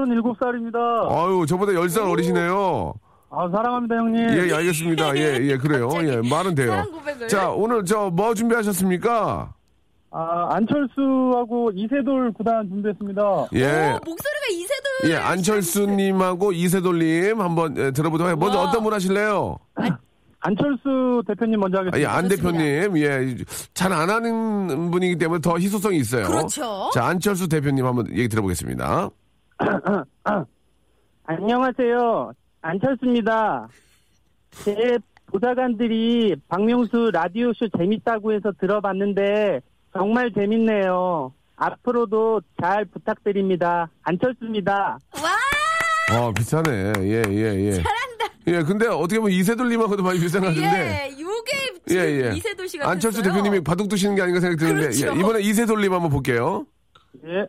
[SPEAKER 7] 37살입니다.
[SPEAKER 1] 아유, 저보다 10살 어리시네요.
[SPEAKER 7] 아, 사랑합니다, 형님.
[SPEAKER 1] 예, 예, 알겠습니다. 예, 예, 그래요. 예, 말은 돼요.
[SPEAKER 5] 사랑 고백을.
[SPEAKER 1] 자, 오늘 저 뭐 준비하셨습니까?
[SPEAKER 8] 아, 안철수하고 이세돌 구단 준비했습니다.
[SPEAKER 4] 뭐,
[SPEAKER 1] 예.
[SPEAKER 5] 오, 목소리가 이세돌.
[SPEAKER 1] 예, 안철수님하고 이세돌님 한번 예, 들어보도록 해요. 먼저
[SPEAKER 5] 와.
[SPEAKER 1] 어떤 분 하실래요?
[SPEAKER 8] 안철수 대표님 먼저
[SPEAKER 1] 아, 예,
[SPEAKER 8] 하겠습니다.
[SPEAKER 1] 안
[SPEAKER 5] 그렇습니다.
[SPEAKER 1] 대표님, 예, 잘 안 하는 분이기 때문에 더 희소성이 있어요.
[SPEAKER 5] 그렇죠.
[SPEAKER 1] 자, 안철수 대표님 한번 얘기 들어보겠습니다.
[SPEAKER 8] <laughs> 안녕하세요. 안철수입니다. 제 보좌관들이 박명수 라디오쇼 재밌다고 해서 들어봤는데 정말 재밌네요. 앞으로도 잘 부탁드립니다. 안철수입니다.
[SPEAKER 5] 와,
[SPEAKER 1] 아, 비슷하네. 예, 예, 예.
[SPEAKER 5] 잘한다.
[SPEAKER 1] 예, 근데 어떻게 보면 이세돌님하고도 많이 비슷한 것 같은데.
[SPEAKER 5] 예, 요게
[SPEAKER 1] 예,
[SPEAKER 5] 지금
[SPEAKER 1] 예.
[SPEAKER 5] 이세돌 씨가
[SPEAKER 1] 안철수 대표님이 바둑 두시는 게 아닌가 생각이 드는데. 예,
[SPEAKER 5] 그렇죠.
[SPEAKER 1] 이번에 이세돌님 한번 볼게요.
[SPEAKER 8] 예.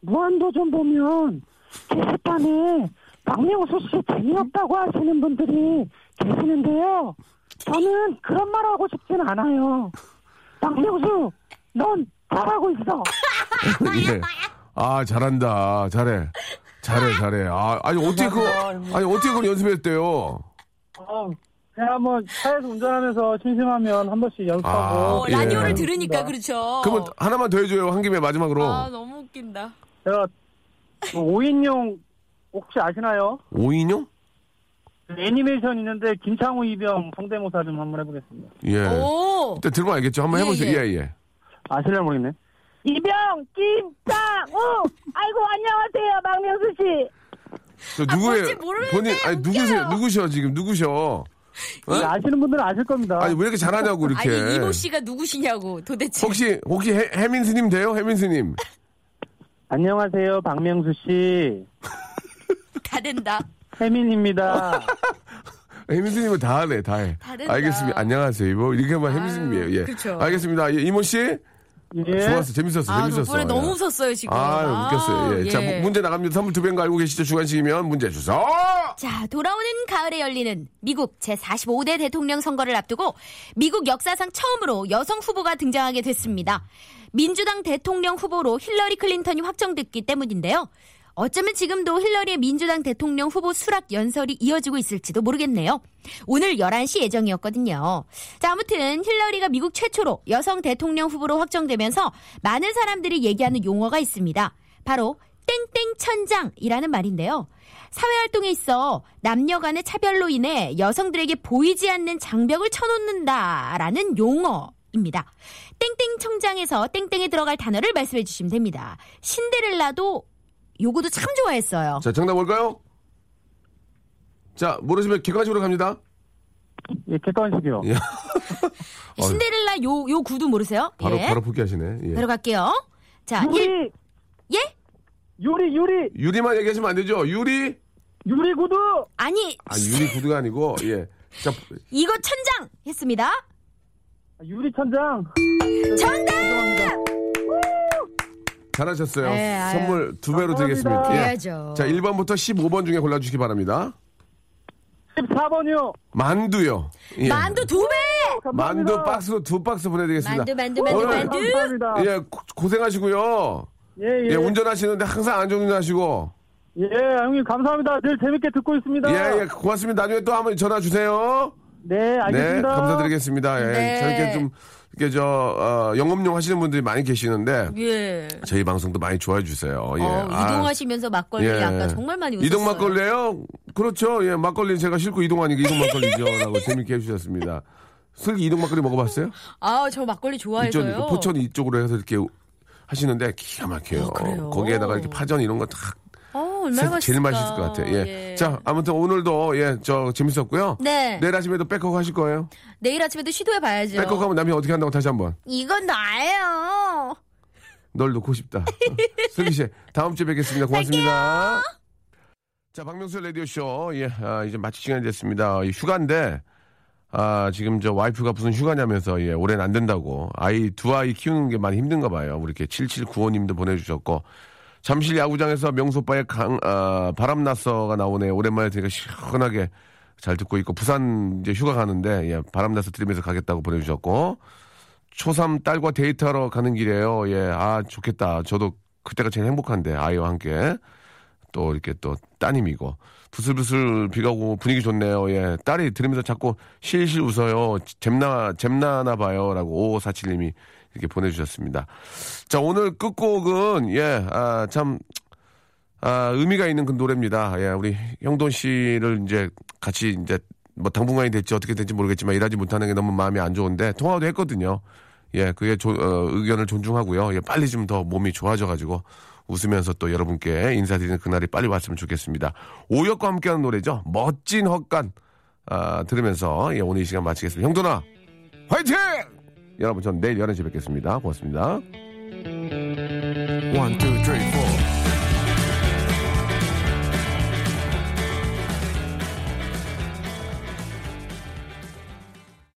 [SPEAKER 8] 무한도전 보면 게시판에 박명수 씨 재미없다고 하시는 분들이 계시는데요. 저는 그런 말 하고 싶진 않아요. 박명수, 넌 잘하고 있어.
[SPEAKER 1] <laughs> 예. 아, 잘한다. 잘해. 잘해, 잘해. 아, 아니, 어떻게
[SPEAKER 5] <laughs>
[SPEAKER 1] 그거, 아니, 어떻게 그걸 연습했대요?
[SPEAKER 8] 어, 그냥 한번 차에서 운전하면서 심심하면 한 번씩 연습하고.
[SPEAKER 1] 아,
[SPEAKER 5] 어,
[SPEAKER 1] 예.
[SPEAKER 5] 라디오를 들으니까 그렇죠.
[SPEAKER 1] 그러면 하나만 더 해줘요. 한 김에 마지막으로.
[SPEAKER 5] 아, 너무 웃긴다.
[SPEAKER 8] 제가 5인용 혹시 아시나요? 그
[SPEAKER 1] 오인용?
[SPEAKER 8] 애니메이션 있는데 김창우 이병 성대모사 좀 한번 해보겠습니다.
[SPEAKER 1] 예.
[SPEAKER 5] 오.
[SPEAKER 1] 일단 들어봐 알겠죠? 한번
[SPEAKER 5] 예,
[SPEAKER 1] 해보세요.
[SPEAKER 5] 예.
[SPEAKER 1] 예, 예.
[SPEAKER 8] 아실려 모르겠네.
[SPEAKER 2] 이병, 김창우! 아이고, 안녕하세요, 박명수 씨.
[SPEAKER 1] 저그 누구예요?
[SPEAKER 5] 아, 뭔지 모르는데
[SPEAKER 1] 아니, 누구세요? 누구셔, 지금? 누구셔?
[SPEAKER 8] 이거 아시는 분들은 아실 겁니다.
[SPEAKER 1] 어? 아니, 왜 이렇게 잘하냐고, 이렇게.
[SPEAKER 5] 아니 이모 씨가 누구시냐고 도대체.
[SPEAKER 1] 혹시, 혹시 해, 해민스님 돼요? 해민스님.
[SPEAKER 8] 안녕하세요, 박명수 씨.
[SPEAKER 5] <laughs> 다 된다.
[SPEAKER 1] 아.
[SPEAKER 8] 혜민입니다.
[SPEAKER 1] 해민스님은 다 하네, 다 해.
[SPEAKER 5] 다르다. 아,
[SPEAKER 1] 알겠습니다. 안녕하세요, 이모. 이렇게 하면 해민스님이에요. 예.
[SPEAKER 5] 그쵸.
[SPEAKER 1] 알겠습니다. 예, 이모 씨.
[SPEAKER 8] 예.
[SPEAKER 1] 좋았어, 재밌었어,
[SPEAKER 5] 아,
[SPEAKER 1] 재밌었어. 예.
[SPEAKER 5] 덕분에 너무 웃었어요 지금.
[SPEAKER 1] 아, 웃겼어요. 예. 자, 문- 문제 나갑니다. 선물 두 배인 거 알고 계시죠? 주간식이면 문제 주소.
[SPEAKER 5] 자, 돌아오는 가을에 열리는 미국 제45대 대통령 선거를 앞두고 미국 역사상 처음으로 여성 후보가 등장하게 됐습니다. 민주당 대통령 후보로 힐러리 클린턴이 확정됐기 때문인데요. 어쩌면 지금도 힐러리의 민주당 대통령 후보 수락 연설이 이어지고 있을지도 모르겠네요. 오늘 11시 예정이었거든요. 자, 아무튼 힐러리가 미국 최초로 여성 대통령 후보로 확정되면서 많은 사람들이 얘기하는 용어가 있습니다. 바로 땡땡 천장이라는 말인데요. 사회활동에 있어 남녀 간의 차별로 인해 여성들에게 보이지 않는 장벽을 쳐놓는다라는 용어입니다. 땡땡 청장에서 땡땡에 들어갈 단어를 말씀해 주시면 됩니다. 신데렐라도 요거도 참 좋아했어요.
[SPEAKER 1] 자, 정답 뭘까요? 자, 모르시면 객관식으로 갑니다.
[SPEAKER 8] 예, 객관식이요.
[SPEAKER 1] 예.
[SPEAKER 5] 신데렐라 요, 요 구두 모르세요?
[SPEAKER 1] 바로,
[SPEAKER 5] 예.
[SPEAKER 1] 바로 포기하시네. 예.
[SPEAKER 5] 바로 갈게요. 자, 일
[SPEAKER 8] 유리,
[SPEAKER 5] 예?
[SPEAKER 8] 유리, 유리,
[SPEAKER 1] 유리만 얘기하시면 안 되죠? 유리?
[SPEAKER 8] 유리 구두!
[SPEAKER 5] 아니,
[SPEAKER 1] 아, 유리 구두가 아니고, 예. 자,
[SPEAKER 5] 이거 천장! 했습니다.
[SPEAKER 8] 유리 천장!
[SPEAKER 5] 정답!
[SPEAKER 1] 잘하셨어요.
[SPEAKER 5] 네, 아유.
[SPEAKER 1] 선물 두 배로 드리겠습니다.
[SPEAKER 8] 감사합니다.
[SPEAKER 1] 예.
[SPEAKER 5] 해야죠.
[SPEAKER 1] 자, 1번부터 15번 중에 골라주시기 바랍니다.
[SPEAKER 8] 14번이요!
[SPEAKER 1] 만두요. 예.
[SPEAKER 5] 만두 두 배!
[SPEAKER 8] 감사합니다.
[SPEAKER 1] 만두 박스로 두 박스 보내드리겠습니다.
[SPEAKER 5] 만두, 만두, 만두,
[SPEAKER 1] 오늘-
[SPEAKER 5] 만두!
[SPEAKER 8] 아, 감사합니다.
[SPEAKER 1] 예, 고- 고생하시고요.
[SPEAKER 8] 예, 예.
[SPEAKER 1] 예, 운전하시는데 항상 안전운전하시고.
[SPEAKER 8] 예, 형님, 감사합니다. 늘 재밌게 듣고 있습니다.
[SPEAKER 1] 예, 예, 고맙습니다. 나중에 또 한번 전화 주세요.
[SPEAKER 8] 네, 알겠습니다.
[SPEAKER 1] 네, 감사드리겠습니다. 예,
[SPEAKER 5] 네.
[SPEAKER 1] 저렇게 좀, 이렇게 저, 어, 영업용 하시는 분들이 많이 계시는데,
[SPEAKER 5] 예.
[SPEAKER 1] 저희 방송도 많이 좋아해 주세요. 예.
[SPEAKER 5] 어,
[SPEAKER 1] 아, 예.
[SPEAKER 5] 이동하시면서 막걸리 아까 정말 많이 웃었어요.
[SPEAKER 1] 이동 막걸리예요 그렇죠. 예, 막걸리는 제가 싣고 이동하니까 이동 막걸리죠. 라고 <laughs> 재밌게 해주셨습니다. 슬기 이동 막걸리 먹어봐서요?
[SPEAKER 5] 아, 저 막걸리 좋아해서요.
[SPEAKER 1] 이쪽, 포천 이쪽으로 해서 이렇게 하시는데 기가 막혀요.
[SPEAKER 5] 아, 그래요?
[SPEAKER 1] 거기에다가 이렇게 파전 이런 거탁
[SPEAKER 5] 어, 얼마나 맛있을까.
[SPEAKER 1] 제일 맛있을 것 같아요. 예. 자, 아무튼 오늘도 예, 저 재밌었고요.
[SPEAKER 5] 네.
[SPEAKER 1] 내일 아침에도 백허그 하실 거예요?
[SPEAKER 5] 내일 아침에도 시도해 봐야죠.
[SPEAKER 1] 백허그 하면 남편이 어떻게 한다고 다시 한번.
[SPEAKER 5] 이건 나예요.
[SPEAKER 1] 널 놓고 싶다. 슬기 씨, 다음 주에 뵙겠습니다. 고맙습니다. 자, 박명수 라디오쇼. 예, 아, 이제 마칠 시간이 됐습니다. 이 휴가인데, 아, 지금 저 와이프가 무슨 휴가냐면서, 예, 올해는 안 된다고. 아이, 두 아이 키우는 게 많이 힘든가 봐요. 우리 이렇게 7795님도 보내주셨고. 잠실 야구장에서 명수 오빠의 강, 아, 바람 났어가 나오네. 오랜만에 되게 시원하게 잘 듣고 있고. 부산 이제 휴가 가는데, 예, 바람 났어 들으면서 가겠다고 보내주셨고. 초삼 딸과 데이트하러 가는 길이에요. 예, 아, 좋겠다. 저도 그때가 제일 행복한데, 아이와 함께. 또 이렇게 또 따님이고 부슬부슬 비가 오고 분위기 좋네요. 예, 딸이 들으면서 자꾸 실실 웃어요. 잼나 잼나나 봐요라고 5547님이 이렇게 보내주셨습니다. 자 오늘 끝곡은 예아참 아, 의미가 있는 그 노래입니다. 예, 우리 형돈 씨를 이제 같이 이제 뭐 당분간이 될지 어떻게 될지 모르겠지만 일하지 못하는 게 너무 마음이 안 좋은데 통화도 했거든요. 예, 그게 조- 어, 의견을 존중하고요. 예, 빨리 좀 더 몸이 좋아져가지고 웃으면서 또 여러분께 인사드리는 그날이 빨리 왔으면 좋겠습니다. 오역과 함께하는 노래죠. 멋진 헛간 아, 들으면서 예, 오늘 이 시간 마치겠습니다. 형돈아, 화이팅! 여러분, 전 내일 11시에 뵙겠습니다. 고맙습니다.
[SPEAKER 3] One, two, three, four.